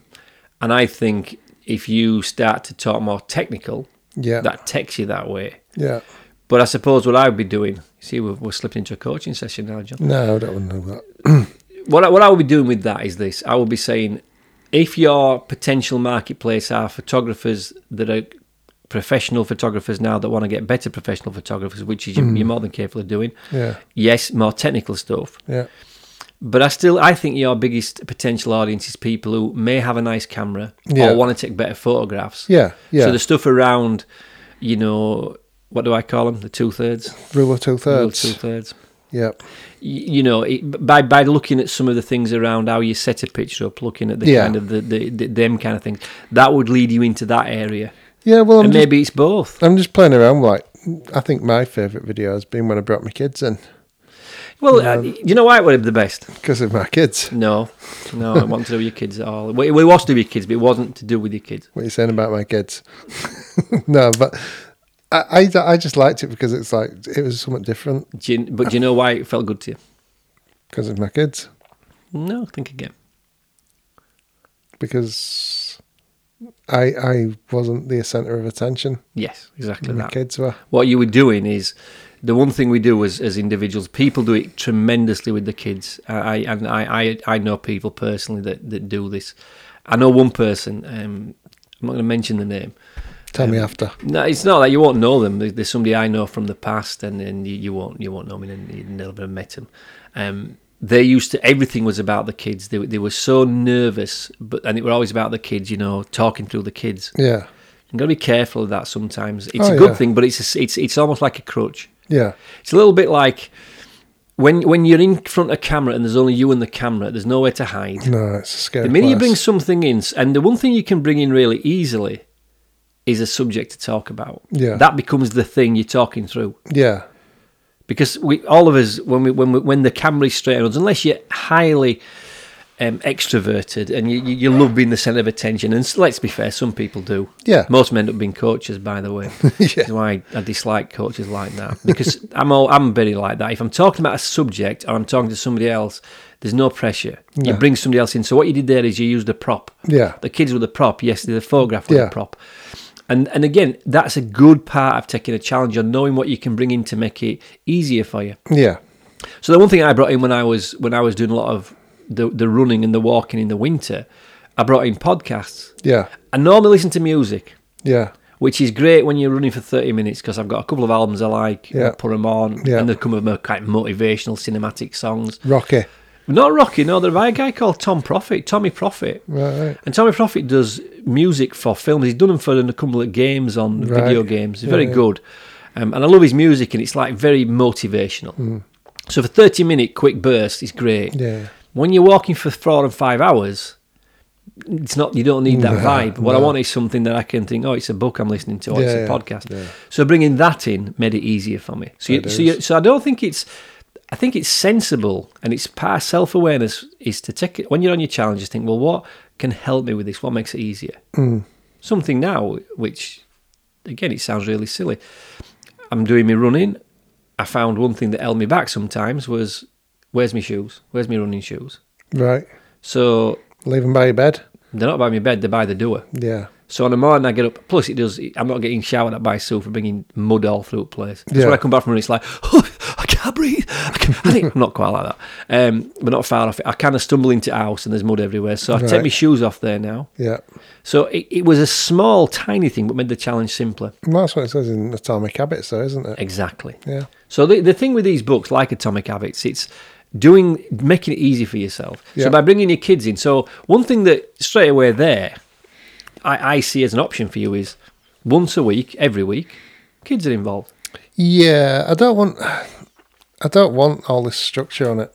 I think if you start to talk more technical, Yeah. that takes you that way. Yeah. But I suppose what I would be doing, see, we're, we're slipping into a coaching session now, John. No, I don't want to know that. What I, what I would be doing with that is this I would be saying, if your potential marketplace are photographers that are professional photographers now that want to get better professional photographers, which is you- you're more than capable of doing. Yeah. Yes, more technical stuff, Yeah. but I still I think your biggest potential audience is people who may have a nice camera Yeah. or want to take better photographs. Yeah. Yeah. So the stuff around, you know, what do I call them? The two thirds, Rule of two two thirds. thirds. Yeah. You know, it, by by looking at some of the things around how you set a picture up, looking at the Yeah. kind of the, the, the them kind of things, that would lead you into that area, Yeah. Well, I'm and just, maybe it's both. I'm just playing around. Like, I think my favourite video has been when I brought my kids in Well, uh, you know why it would have been the best? because of my kids. No, no, it wasn't to do with your kids at all. Well, It was to do with your kids, but it wasn't to do with your kids. What are you saying about my kids? no, but I, I, I just liked it because it's like it was somewhat different Do you, but do you know why it felt good to you? because of my kids. No, think again. Because I I wasn't the centre of attention. Yes, exactly My that. kids were. What you were doing is the one thing we do as, as individuals. People do it tremendously with the kids. I I- and I, I, I know people personally that, that do this. I know one person. Um, I'm not going to mention the name. Tell me after. No, it's not that you won't know them. There- There's somebody I know from the past, and, and you, you won't you won't know him, and you never met him. Um, they used to everything was about the kids. They were- they were so nervous, but and it were always about the kids. You know, talking through the kids. Yeah. You got to be careful of that sometimes. It's Oh, a good yeah. thing, but it's a s it's it's almost like a crutch. Yeah. It's a little bit like when when you're in front of camera and there's only you and the camera. There's nowhere to hide. No, it's a scary. The minute you place. bring something in, and the one thing you can bring in really easily is a subject to talk about. Yeah. that becomes the thing you're talking through Yeah. because we all of us when we when we, when the camera is straight on us, unless you're highly um, extroverted and you, you you love being the centre of attention, and s- let's be fair, some people do. Yeah. most men end up being coaches, by the way. That's why I dislike coaches like that because I'm all, I'm very like that. If I'm talking about a subject or I'm talking to somebody else, there's no pressure. You bring somebody else in. So what you did there is you used a prop. Yeah. The kids were the prop yesterday. The photograph was Mm, Yeah. the prop. And and again, that's a good part of taking a challenge on knowing what you can bring in to make it easier for you. Yeah. So the one thing I brought in when I was when I was doing a lot of the the running and the walking in the winter, I brought in podcasts. Yeah. I normally listen to music, Yeah. which is great when you're running for 30 minutes because I've got a couple of albums I like. Yeah. I put them on, Yeah. and they come with my kind of motivational cinematic songs. Rocky. Not Rocky, no. They're by a guy called Tom Profit, Tommy Profit. Right. right. And Tommy Profit does music for films. He's done them for a couple of games on Right. video games. He's very yeah. good. Um, and I love his music, and it's like very motivational. So for 30 minute quick burst, it's great. Hmm. Yeah. When you're walking for four and five hours, it's not you don't need that vibe. What I want is something that I can think, oh, it's a book I'm listening to, or it's Yeah, a yeah, podcast. So bringing that in made it easier for me. So you, That so, you, so I don't think it's. I think it's sensible and it's part self awareness is to take it when you're on your challenge. Just think, well, what can help me with this? What makes it easier? Something now, which again, it sounds really silly. I'm doing my running. I found one thing that held me back sometimes was where's my shoes? Where's my running shoes? Right. So Leave them by your bed. they're not by my bed, they're by the door. Yeah. So on the morning I get up. Plus, it does. I'm not getting showered at by soap for bringing mud all through the place. Because Yeah. when I come back from running, it's like, oh, I can't breathe. I can't, I think, I'm not quite like that. Um, but not far off it. I kind of stumble into a house and there's mud everywhere. So I Right. take my shoes off there now. Yeah. So it, it was a small, tiny thing, but made the challenge simpler. Well, that's what it says in Atomic Habits, though, isn't it? Exactly. Yeah. So the the thing with these books, like Atomic Habits, it's doing making it easy for yourself. Yeah. So by bringing your kids in. So one thing that straight away there, I, I see as an option for you is once a week, every week, kids are involved. Yeah. I don't want. I don't want all this structure on it.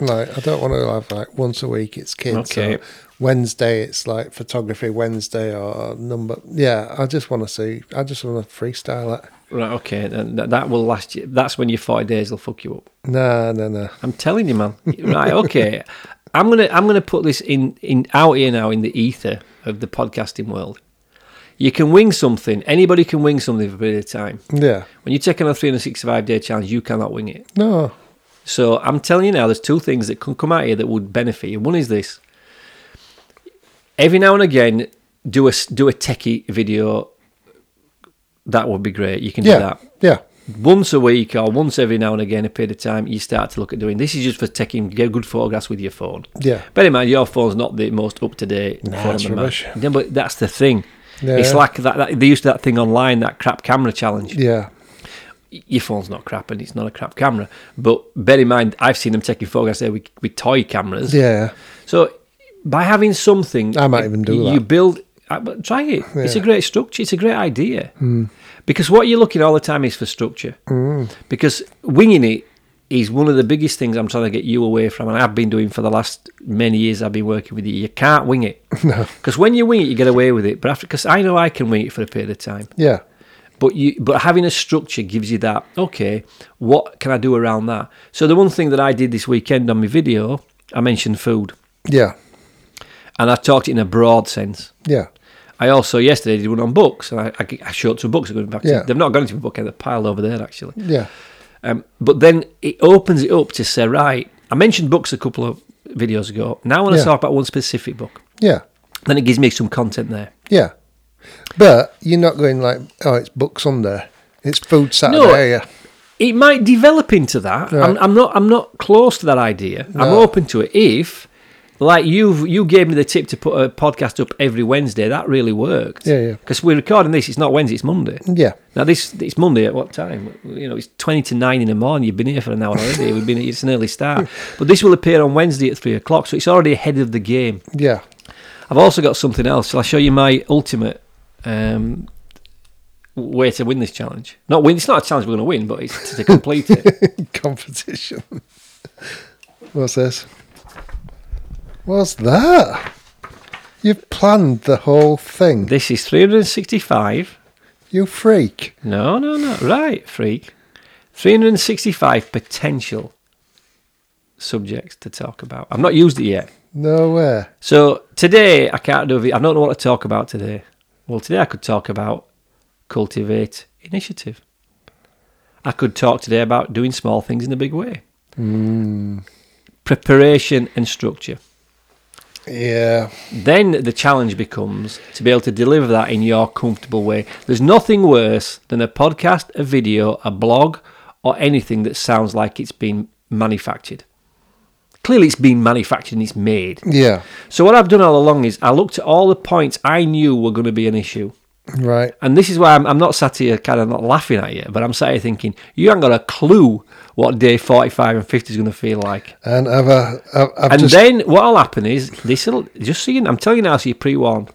Like, I don't want to have like once a week it's kids. Okay. Or Wednesday it's like photography Wednesday or number. Yeah. I just want to see. I just want to freestyle it. Right. Okay. Then that, that will last you. That's when your forty days will fuck you up. No. No. No. I'm telling you, man. right. Okay. I'm gonna I'm gonna put this in in out here now in the ether of the podcasting world. You can wing something. Anybody can wing something for a period of time. Yeah. When you take on a 365 day challenge, you cannot wing it. No. So I'm telling you now, there's two things that can come out here that would benefit you. One is this: every now and again, do a s- do a techie video. That would be great. You can do Yeah. that Yeah. once a week or once every now and again, a period of time. You start to look at doing this is just for taking get good photographs with your phone. Yeah. Bear in mind, your phone's not the most up to date. No, phone on it's the market. rubbish. Yeah, but that's the thing. Yeah. It's like that, that. They used to that thing online, that crap camera challenge. Yeah. Y- Your phone's not crap, and it's not a crap camera. But bear in mind, I've seen them taking photographs there with, with toy cameras. Yeah. So by having something, I might even do you, that. You build, uh, but try it. It's a great structure. It's a great idea. Hmm. Because what you're looking all the time is for structure. Because winging it is one of the biggest things I'm trying to get you away from, and I've been doing for the last many years. I've been working with you. You can't wing it. No. Because when you wing it, you get away with it. But after, because I know I can wing it for a period of time. Yeah. But you, but having a structure gives you that. Okay, what can I do around that? So the one thing that I did this weekend on my video, I mentioned food Yeah. and I talked in a broad sense. Yeah. I also yesterday did one on books, and I, I, I showed two books. Going back, Yeah. to, they've not gone into my book yet. They're piled over there actually. Yeah. Um, but then it opens it up to say, right. I mentioned books a couple of videos ago. Now I want to Yeah. talk about one specific book. Yeah. Then it gives me some content there. Yeah. But you're not going like, oh, it's book Sunday. It's food Saturday. yeah. It might develop into that. I'm, I'm not. I'm not close to that idea. I'm No. open to it if. Like you, you gave me the tip to put a podcast up every Wednesday. That really worked. Yeah, yeah. Because we're recording this. It's not Wednesday. It's Monday. Yeah. Now this it's Monday at what time? You know, it's twenty to nine in the morning. You've been here for an hour already. We've been it's an early start, but this will appear on Wednesday at three o'clock, so it's already ahead of the game. Yeah. I've also got something else. Shall I show you my ultimate um, way to win this challenge? Not win. It's not a challenge we're going to win, but it's to complete it. Competition. What's this? What's that? You've planned the whole thing. This is three hundred and sixty-five. You freak. No, no, no. Right, freak. Three hundred and sixty-five potential subjects to talk about. I've not used it yet. No way. So today I can't do. I don't know what to talk about today. Well, today I could talk about cultivate initiative. I could talk today about doing small things in a big way. Preparation and structure. Yeah. Then the challenge becomes to be able to deliver that in your comfortable way. There's nothing worse than a podcast, a video, a blog, or anything that sounds like it's been manufactured. Clearly, it's been manufactured and it's made. Yeah. So what I've done all along is I looked at all the points I knew were going to be an issue. Right. And this is why I'm, I'm not sat here kind of not laughing at you, but I'm sat here thinking, you ain't got a clue what day 45 and 50 is going to feel like. And I've, uh, I've, I've and just. then what'll happen is this will just so you know, I'm telling you now, so you're pre-warned.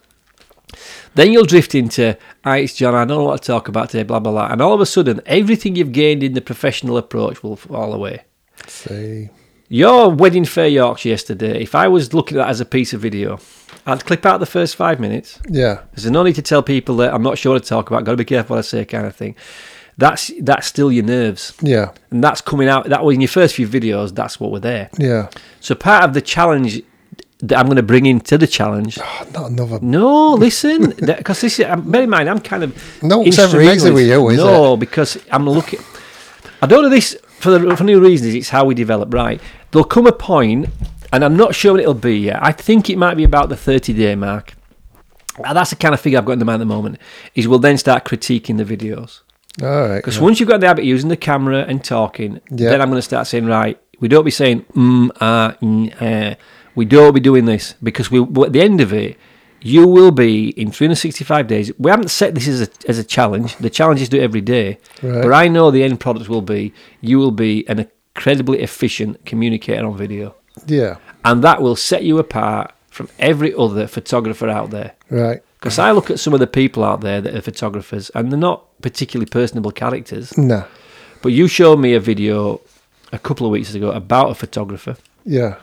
Then you'll drift into, "Hi, it's John. I don't know what to talk about today. Blah blah blah." And all of a sudden, everything you've gained in the professional approach will fall away. See. Your wedding fair Yorkshire yesterday. If I was looking at that as a piece of video, I'd clip out the first five minutes. Yeah. There's no need to tell people that I'm not sure what to talk about. Got to be careful what I say, kind of thing. That's that's still your nerves, Yeah. and that's coming out. That was in your first few videos. That's what were there. Yeah. So part of the challenge that I'm going to bring into the challenge. Oh, not another. No, listen, because this is. um, Bear in mind, I'm kind of No, it's ever easy with you, is it? no, because I'm looking. I don't know this for the for new reasons. It's how we develop, right? There'll come a point, and I'm not sure when it'll be yet. I think it might be about the 30 day mark. And that's the kind of figure I've got in the mind at the moment. Is we'll then start critiquing the videos. All right. Because once you've got the habit of using the camera and talking, Yeah. then I'm going to start saying, right, we don't be saying, mm, ah, mm, eh. we don't be doing this because we at the end of it, you will be in 365 days. We haven't set this as a, as a challenge. The challenge is do it every day. Right. But I know the end product will be you will be an incredibly efficient communicator on video. Yeah. And that will set you apart from every other photographer out there. Right. Because I look at some of the people out there that are photographers and they're not particularly personable characters. Nah. But you showed me a video a couple of weeks ago about a photographer, Yeah.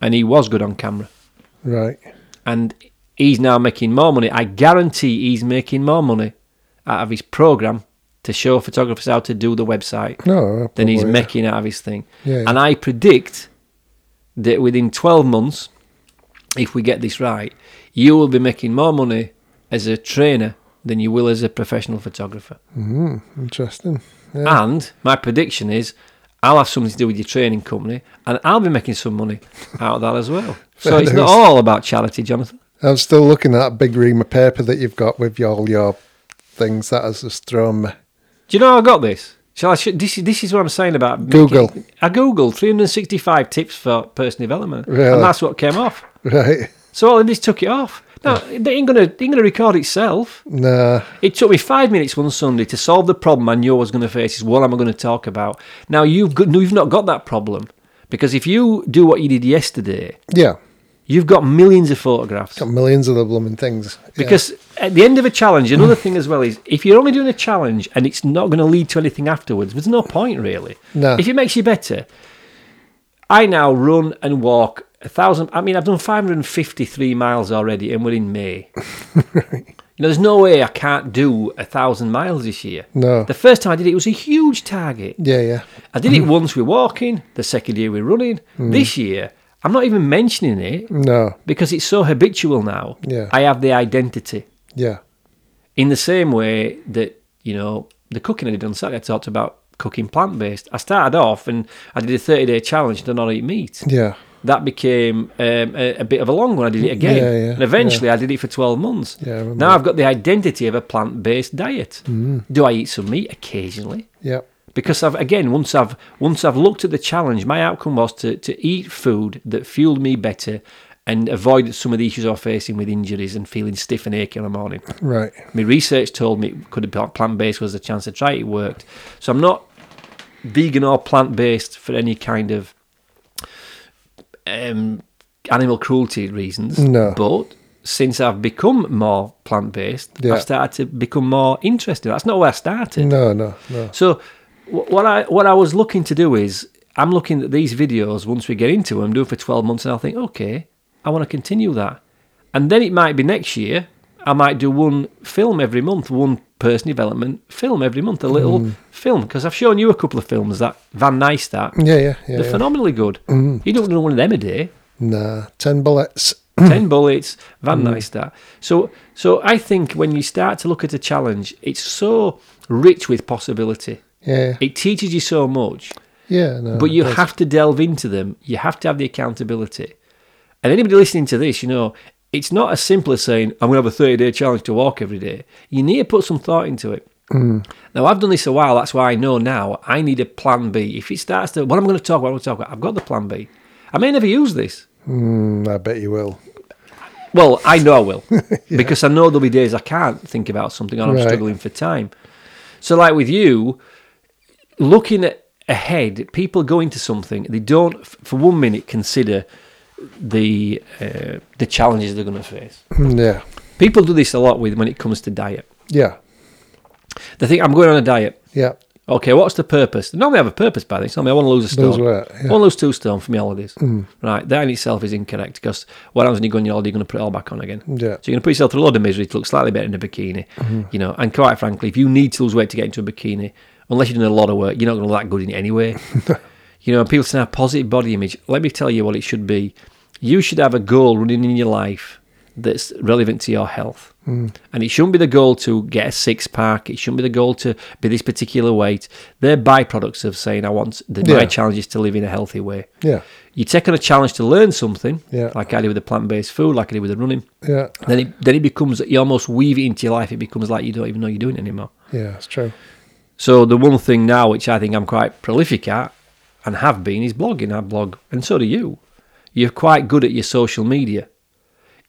and he was good on camera. Right. And he's now making more money. I guarantee he's making more money out of his program to show photographers how to do the website No. than he's probably. making out of his thing. Yeah, yeah. And I predict that within 12 months, if we get this right, you will be making more money as a trainer than you will as a professional photographer. Mm, interesting. Yeah. And my prediction is I'll have something to do with your training company and I'll be making some money out of that as well. so Fair it's dues. not all about charity, Jonathan. I'm still looking at that big ream of paper that you've got with your, all your things. That has just thrown me. Do you know how I got this? Shall I sh- this, is- this is what I'm saying about making- Google. I Googled 365 tips for personal development Really? and that's what came off. Right. So all of this took it off. No, it ain't gonna it ain't gonna record itself. Nah. It took me five minutes one Sunday to solve the problem I knew I was going to face. Is what am I going to talk about? Now you've got, no, you've not got that problem because if you do what you did yesterday, Yeah. you've got millions of photographs. Got millions of the blooming things. Yeah. Because at the end of a challenge, another thing as well is if you're only doing a challenge and it's not going to lead to anything afterwards, there's no point really. No. If it makes you better, I now run and walk a thousand. I mean, I've done 553 miles already, and we're in May. You know, there's no way I can't do a thousand miles this year. No. The first time I did it, it was a huge target. Yeah, yeah. I did it once with walking. The second year we're running. Hmm. This year, I'm not even mentioning it No. because it's so habitual now. Yeah. I have the identity. Yeah. In the same way that, you know, the cooking I did on Saturday, I talked about cooking plant based. I started off and I did a 30 day challenge to not eat meat. Yeah. That became um, a, a bit of a long one. I did it again. Yeah, yeah, and eventually I did it for 12 months. Yeah, I remember Mm. now I've got the identity of a plant based diet. Do I eat some meat? Occasionally. Yeah. Because I've again once I've once I've looked at the challenge, my outcome was to, to eat food that fueled me better and avoid some of the issues I'm facing with injuries and feeling stiff and achy in the morning. Right. My research told me it could have been plant based was a chance to try it, it worked. So I'm not vegan or plant based for any kind of um, animal cruelty reasons. No. But since I've become more plant based, Yeah. I've started to become more interested. That's not where I started. No, no, no. So wh- what I what I was looking to do is I'm looking at these videos once we get into them, do it for 12 months, and I'll think, okay, I want to continue that. And then it might be next year. I might do one film every month, one person development film every month, a little film. Because I've shown you a couple of films that Van Neistat, Yeah, yeah, yeah. they're yeah. phenomenally good. You don't do one of them a day. Nah. Ten bullets. 10 bullets, Van Neistat. So, so I think when you start to look at a challenge, it's so rich with possibility. Yeah. It teaches you so much, Yeah. No. but you have to delve into them. You have to have the accountability. And anybody listening to this, you know, it's not as simple as saying, I'm going to have a 30 day challenge to walk every day. You need to put some thought into it. Now, I've done this a while. That's why I know now I need a plan B. If it starts to, what I'm going to talk about, what I'm going to talk about, I've got the plan B. I may never use this. Mm, I bet you will. Well, I know I will because I know there'll be days I can't think about something or I'm Right. struggling for time. So, like with you, looking at ahead, people go into something they don't, f- for one minute, consider the uh, the challenges they're going to face. Mm, Yeah. People do this a lot with when it comes to diet. Yeah. They think I'm going on a diet. Yeah. Okay, what's the purpose? They normally have a purpose by this. Normally, I want to lose a stone. Those were. I Yeah. Mm. want to lose two stone for my holidays. Right, that in itself is incorrect because what happens when you go on your holiday? You're going to put it all back on again. Yeah. So you're going to put yourself through a lot of misery to look slightly better in a bikini, Mm-hmm. you know. And quite frankly, if you need to lose weight to get into a bikini, unless you're doing a lot of work, you're not going to look that good in it anyway. you know, people say, "Ah, positive body image. Let me tell you what it should be. You should have a goal running in your life that's relevant to your health. Mm. And it shouldn't be the goal to get a six pack. It shouldn't be the goal to be this particular weight. They're byproducts of saying, I want the, my Yeah. challenge is to live in a healthy way. Yeah. You take on a challenge to learn something, Yeah. like I did with the plant based food, like I did with the running Yeah. then it then it becomes you almost weave it into your life. It becomes like you don't even know you're doing it anymore. Yeah. It's true. So the one thing now which I think I'm quite prolific at and have been is blogging. I blog, and so do you. You're quite good at your social media.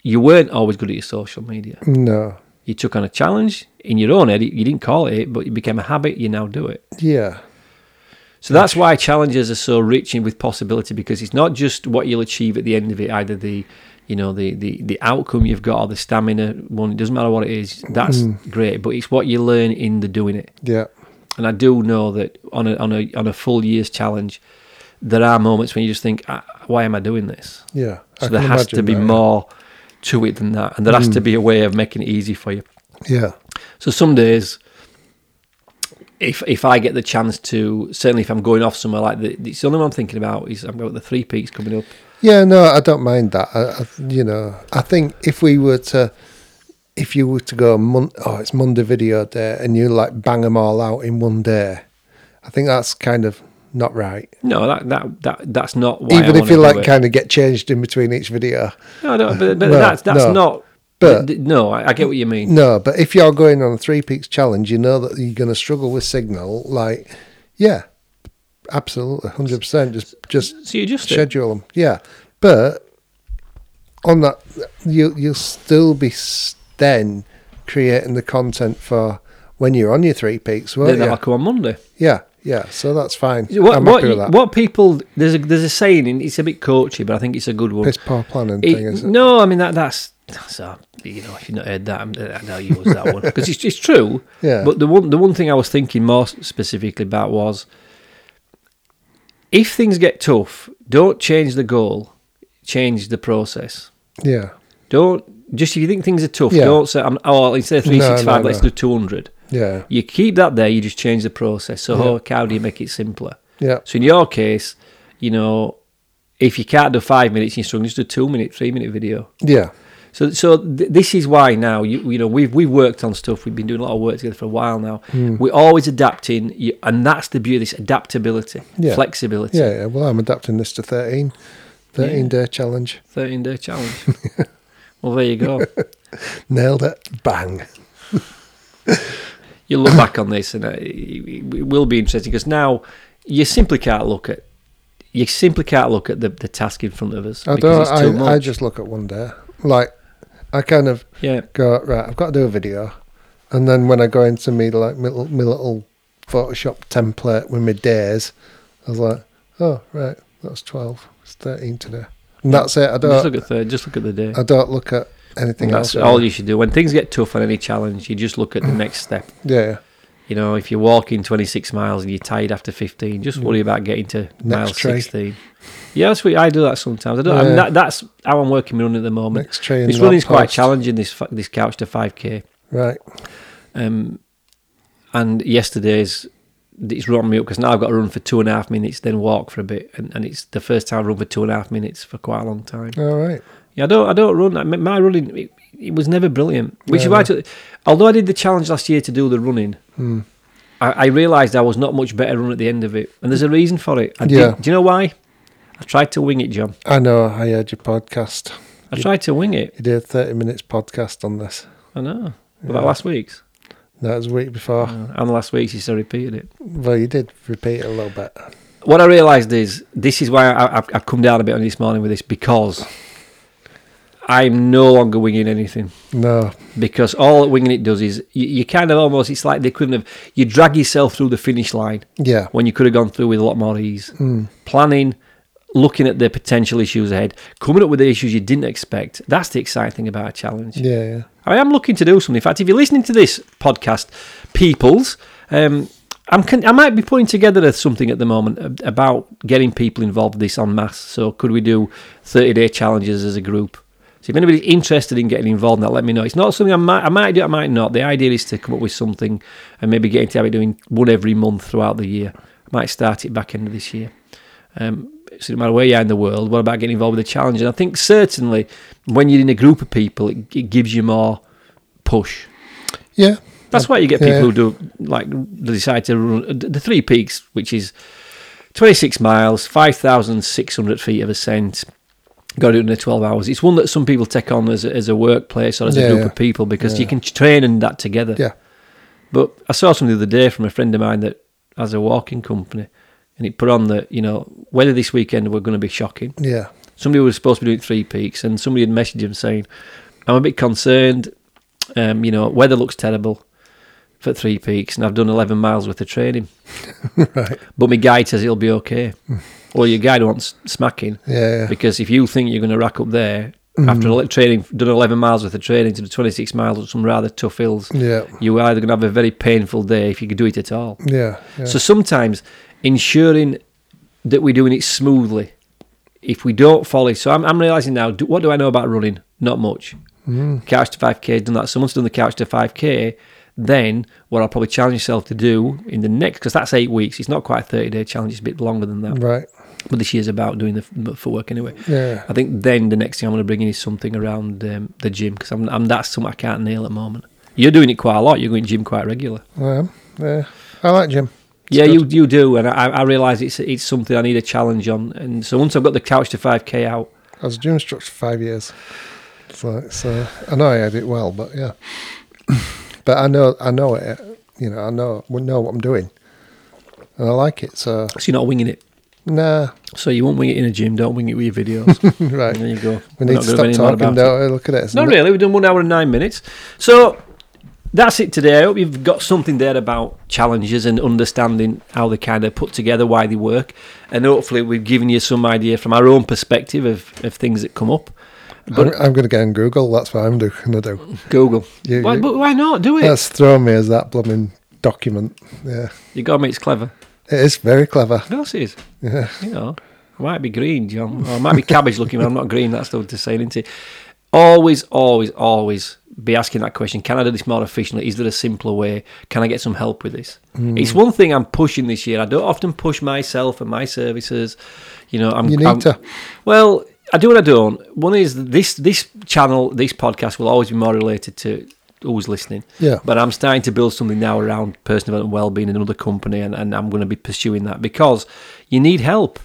You weren't always good at your social media. No. You took on a challenge in your own head. You didn't call it, it, but it became a habit. You now do it. Yeah. So that's why challenges are so rich in with possibility because it's not just what you'll achieve at the end of it, either the you know the the, the outcome you've got or the stamina one. It doesn't matter what it is. That's Mm. great, but it's what you learn in the doing it. Yeah. And I do know that on a on a on a full year's challenge, there are moments when you just think, "Ah, why am I doing this? Yeah. Mm. I So there can has to imagine be that, more to it than that, and there has to be a way of making it easy for you. Yeah. So some days, if if I get the chance to, certainly if I'm going off somewhere like the, it's the only one I'm thinking about is I've got the three peaks coming up. Yeah, no, I don't mind that. I, I, you know, I think if we were to, if you were to go, mon- oh, it's Monday video day, and you like bang them all out in one day, I think that's kind of not right. No, that that that that's not why Even I if you wanna do like it. kind of get changed in between each video. no, no, but, but No, that's that's no. not. But- th- no, I, I get what you mean. No, but if you're going on a three peaks challenge, you know that you're going to struggle with signal. Like, yeah, absolutely, hundred percent. Just, just So you just schedule them. Yeah, but on that, you you'll still be s- then creating the content for when you're on your three peaks, won't Then you? that'll come on Monday. Yeah, yeah. So that's fine. What, I'm what, happy with that. what people there's a there's a saying and it's a bit coachy, but I think it's a good one. Piss poor planning It- thing, is it? no, I mean that that's that's a, you know if you've not heard that I'm, I know you was that one because it's it's true. Yeah. But the one the one thing I was thinking more specifically about was if things get tough, don't change the goal, change the process. yeah, Don't just if you think things are tough, Yeah. don't say I'm, oh instead of three six five, no, let's no. do two hundred. yeah, You keep that there. You just change the process. So oh, how do you make it simpler? yeah, So in your case, you know, if you can't do five minutes, you're struggling just do two minute, three minute video. yeah, So so th- this is why now you you know we've we've worked on stuff. We've been doing a lot of work together for a while now. Hmm. We're always adapting, you, and that's the beauty. This adaptability, Yeah. flexibility. yeah, yeah. Well, I'm adapting this to 13, 13 day challenge. Thirteen day challenge. well, there you go. Nailed it. Bang. You'll look back on this, and uh, it, it will be interesting because now you simply can't look at you simply can't look at the, the task in front of us I because don't. it's too much. I, I just look at one day. Like, I kind of yeah. go right. I've got to do a video, and then when I go into me like my, little- my little Photoshop template with my days, I was like, oh right, that's twelve. It's thirteen today, and that's it. I Just look don't. at the just look at the day. I don't look at anything That's else. all you should do. When things get tough on any challenge, you just look at the next step. yeah. You know, if you're walking 26 miles and you're tired after 15, Mm. just worry about getting to mile try. 16. Yeah, that's what I do that sometimes. I don't. I mean, Yeah. that, that's how I'm working my run at the moment. Next train. This running's quite lamppost. challenging. This fa- this couch to 5k. Right. Um, and yesterday's it's run me up because now I've got to run for two and a half minutes, then walk for a bit, and, and it's the first time I've run for two and a half minutes for quite a long time. All right. Yeah, I don't. I don't run. I mean, My running it, it was never brilliant. Which is Yeah. why, I took- although I did the challenge last year to do the running, Hmm. I, I realised I was not much better run at the end of it, and there's a reason for it. I Yeah. did, do you know why? I tried to wing it, John. I know. I heard your podcast. I You- tried to wing it. You did a thirty minutes podcast on this. I know Yeah. Ah. about last week's. That was a week before. Uh, and the last week's, he still repeated it. Well, you did repeat it a little bit. What I realised is this is why I, I've, I've come down a bit on this morning with this because I'm no longer winging anything. No. because all that winging it does is you, you kind of almost it's like the equivalent of you drag yourself through the finish line Yeah. when you could have gone through with a lot more ease. Mm. Planning, looking at the potential issues ahead, coming up with the issues you didn't expect. That's the exciting thing about a challenge. Yeah. Yeah. I am looking to do something. In fact, if you're listening to this podcast, peoples, um, I'm con- I might be putting together a- something at the moment ab- about getting people involved with this en masse. So could we do 30 day challenges as a group? So if anybody's interested in getting involved in that, let me know. It's not something I might, I might do, I might not. The idea is to come up with something and maybe get into habit doing one every month throughout the year. I might start it back end of this year. Um, so no matter where you are in the world, what about getting involved with a challenge? And I think certainly when you're in a group of people, it, it gives you more push. Yeah. That's why you get people Yeah. who do like they decide to run the three peaks, which is 26 miles, 5,600 feet of ascent. Got to do it in the 12 hours. It's one that some people take on as a, as a workplace or as a Yeah, group yeah. of people because you Yeah. can train and that together. Yeah. But I saw something the other day from a friend of mine that has a walking company and it put on that, you know, whether this weekend we're going to be shocking Yeah. somebody was supposed to be doing three peaks, and somebody had messaged him saying, "I'm a bit concerned. Um, you know, weather looks terrible for three peaks, and I've done 11 miles worth of training. Right. But my guide says it'll be okay. well, your guide wants smacking Yeah. Yeah. because if you think you're going to rack up there after ele- training, done 11 miles worth of training to do 26 miles on some rather tough hills, Yeah. you're either going to have a very painful day if you could do it at all. Yeah. yeah. So sometimes ensuring that we're doing it smoothly, if we don't follow, so I'm, I'm realizing now, do, what do I know about running? Not much. Hmm. Mm. Couch to 5K, done that. Someone's done the couch to 5K. Then what I'll probably challenge myself to do in the next, because that's eight weeks. It's not quite a 30 day challenge. It's a bit longer than that. right. But this year's about doing the f- for work anyway. Yeah. I think then the next thing I'm going to bring in is something around um, the gym because I'm, I'm that's something I can't nail at the moment. You're doing it quite a lot. You're going to gym quite regular. I am. Yeah. I like Jim. It's yeah, good. you you do, and I, I realise it's it's something I need a challenge on. And so once I've got the couch to five k out, I was a gym instructor for five years. So, so I know I had it well, but yeah. but I know, I know it. You know, I know, we know what I'm doing, and I like it. So so you're not winging it. Nah, So you won't wing it in a gym. Don't wing it with your videos. right. there you go. We're We need not to gonna stop be any mad talking. about Don't we? look at it. It's Not not- really. We've done one hour and nine minutes. So that's it today. I hope you've got something there about challenges and understanding how they kind of put together, why they work. And hopefully, we've given you some idea from our own perspective of, of things that come up. But I'm, going to go on Google. That's what I'm going to do. Google. You, Why, you- but why not? Do it. that's thrown me as that blooming document. Yeah, you got to make it clever. it is very clever. What else is? Yeah. You know, I might be green, John. Or I might be cabbage looking, but I'm not green. That's what they're saying, isn't it? Always, always, always be asking that question Can I do this more efficiently? Is there a simpler way? Can I get some help with this? Hmm. It's one thing I'm pushing this year. I don't often push myself and my services. You know, I'm. You need I'm- to. Well, I do and I don't. One is this this channel, this podcast will always be more related to who's listening. Yeah. But I'm starting to build something now around personal development, well-being in another company, and, and I'm going to be pursuing that because you need help.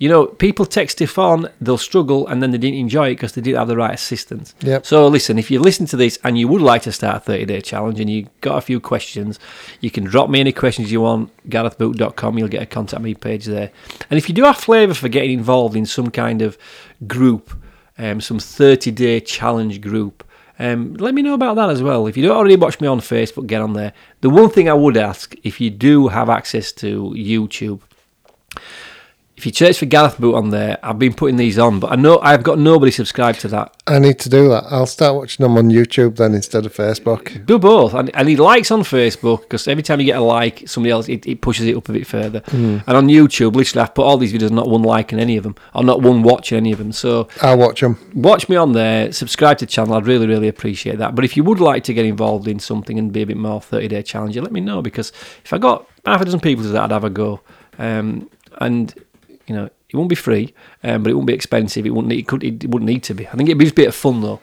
You know, people text if on, they'll struggle, and then they didn't enjoy it because they didn't have the right assistance. Yep. So listen, if you listen to this and you would like to start a 30-day challenge and you got a few questions, you can drop me any questions you want, garethboot.com, you'll get a contact me page there. And if you do have flavour for getting involved in some kind of group, um, some 30-day challenge group, um, let me know about that as well. If you don't already watch me on Facebook, get on there. The one thing I would ask, if you do have access to YouTube, if you search for Gareth Boot on there, I've been putting these on, but I know I've got nobody subscribed to that. I need to do that. I'll start watching them on YouTube then instead of Facebook. Do both. I, I need likes on Facebook because every time you get a like, somebody else it, it pushes it up a bit further. And on YouTube, literally, I've put all these videos, not one like in any of them, or not one watch in any of them. So I'll watch them. watch me on there, subscribe to the channel. I'd really, really appreciate that. But if you would like to get involved in something and be a bit more 30 day challenger, let me know because if I got half a dozen people to that, I'd have a go. Um, and you know, it won't be free, um, but it won't be expensive. It wouldn't. It could. It wouldn't need to be. I think it'd be just a bit of fun though.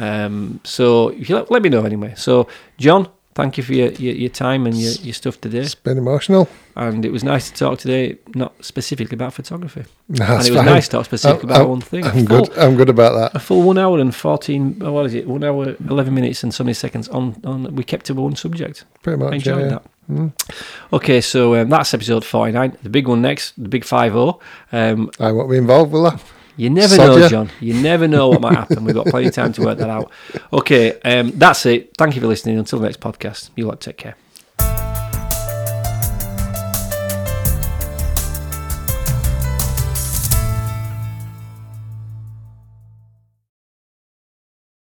Um, so if you let, let me know anyway. So John, thank you for your, your, your time and your, your stuff today. It's been emotional. And it was nice to talk today, not specifically about photography. and That's it was fine. nice to talk specifically I'm- about one thing. I'm Full- good. I'm good about a that. full one hour and 14 oh, what is it one hour 11 minutes and so many seconds on, on we kept to one subject Pretty much. i enjoyed yeah, Mm. yeah. that okay so um, that's episode 49 the big one next the big 5-0 um, I won't be involved with that. you never Sod know ya. john you never know what might happen we've got plenty of time to work that out okay um, that's it thank you for listening until the next podcast you lot take care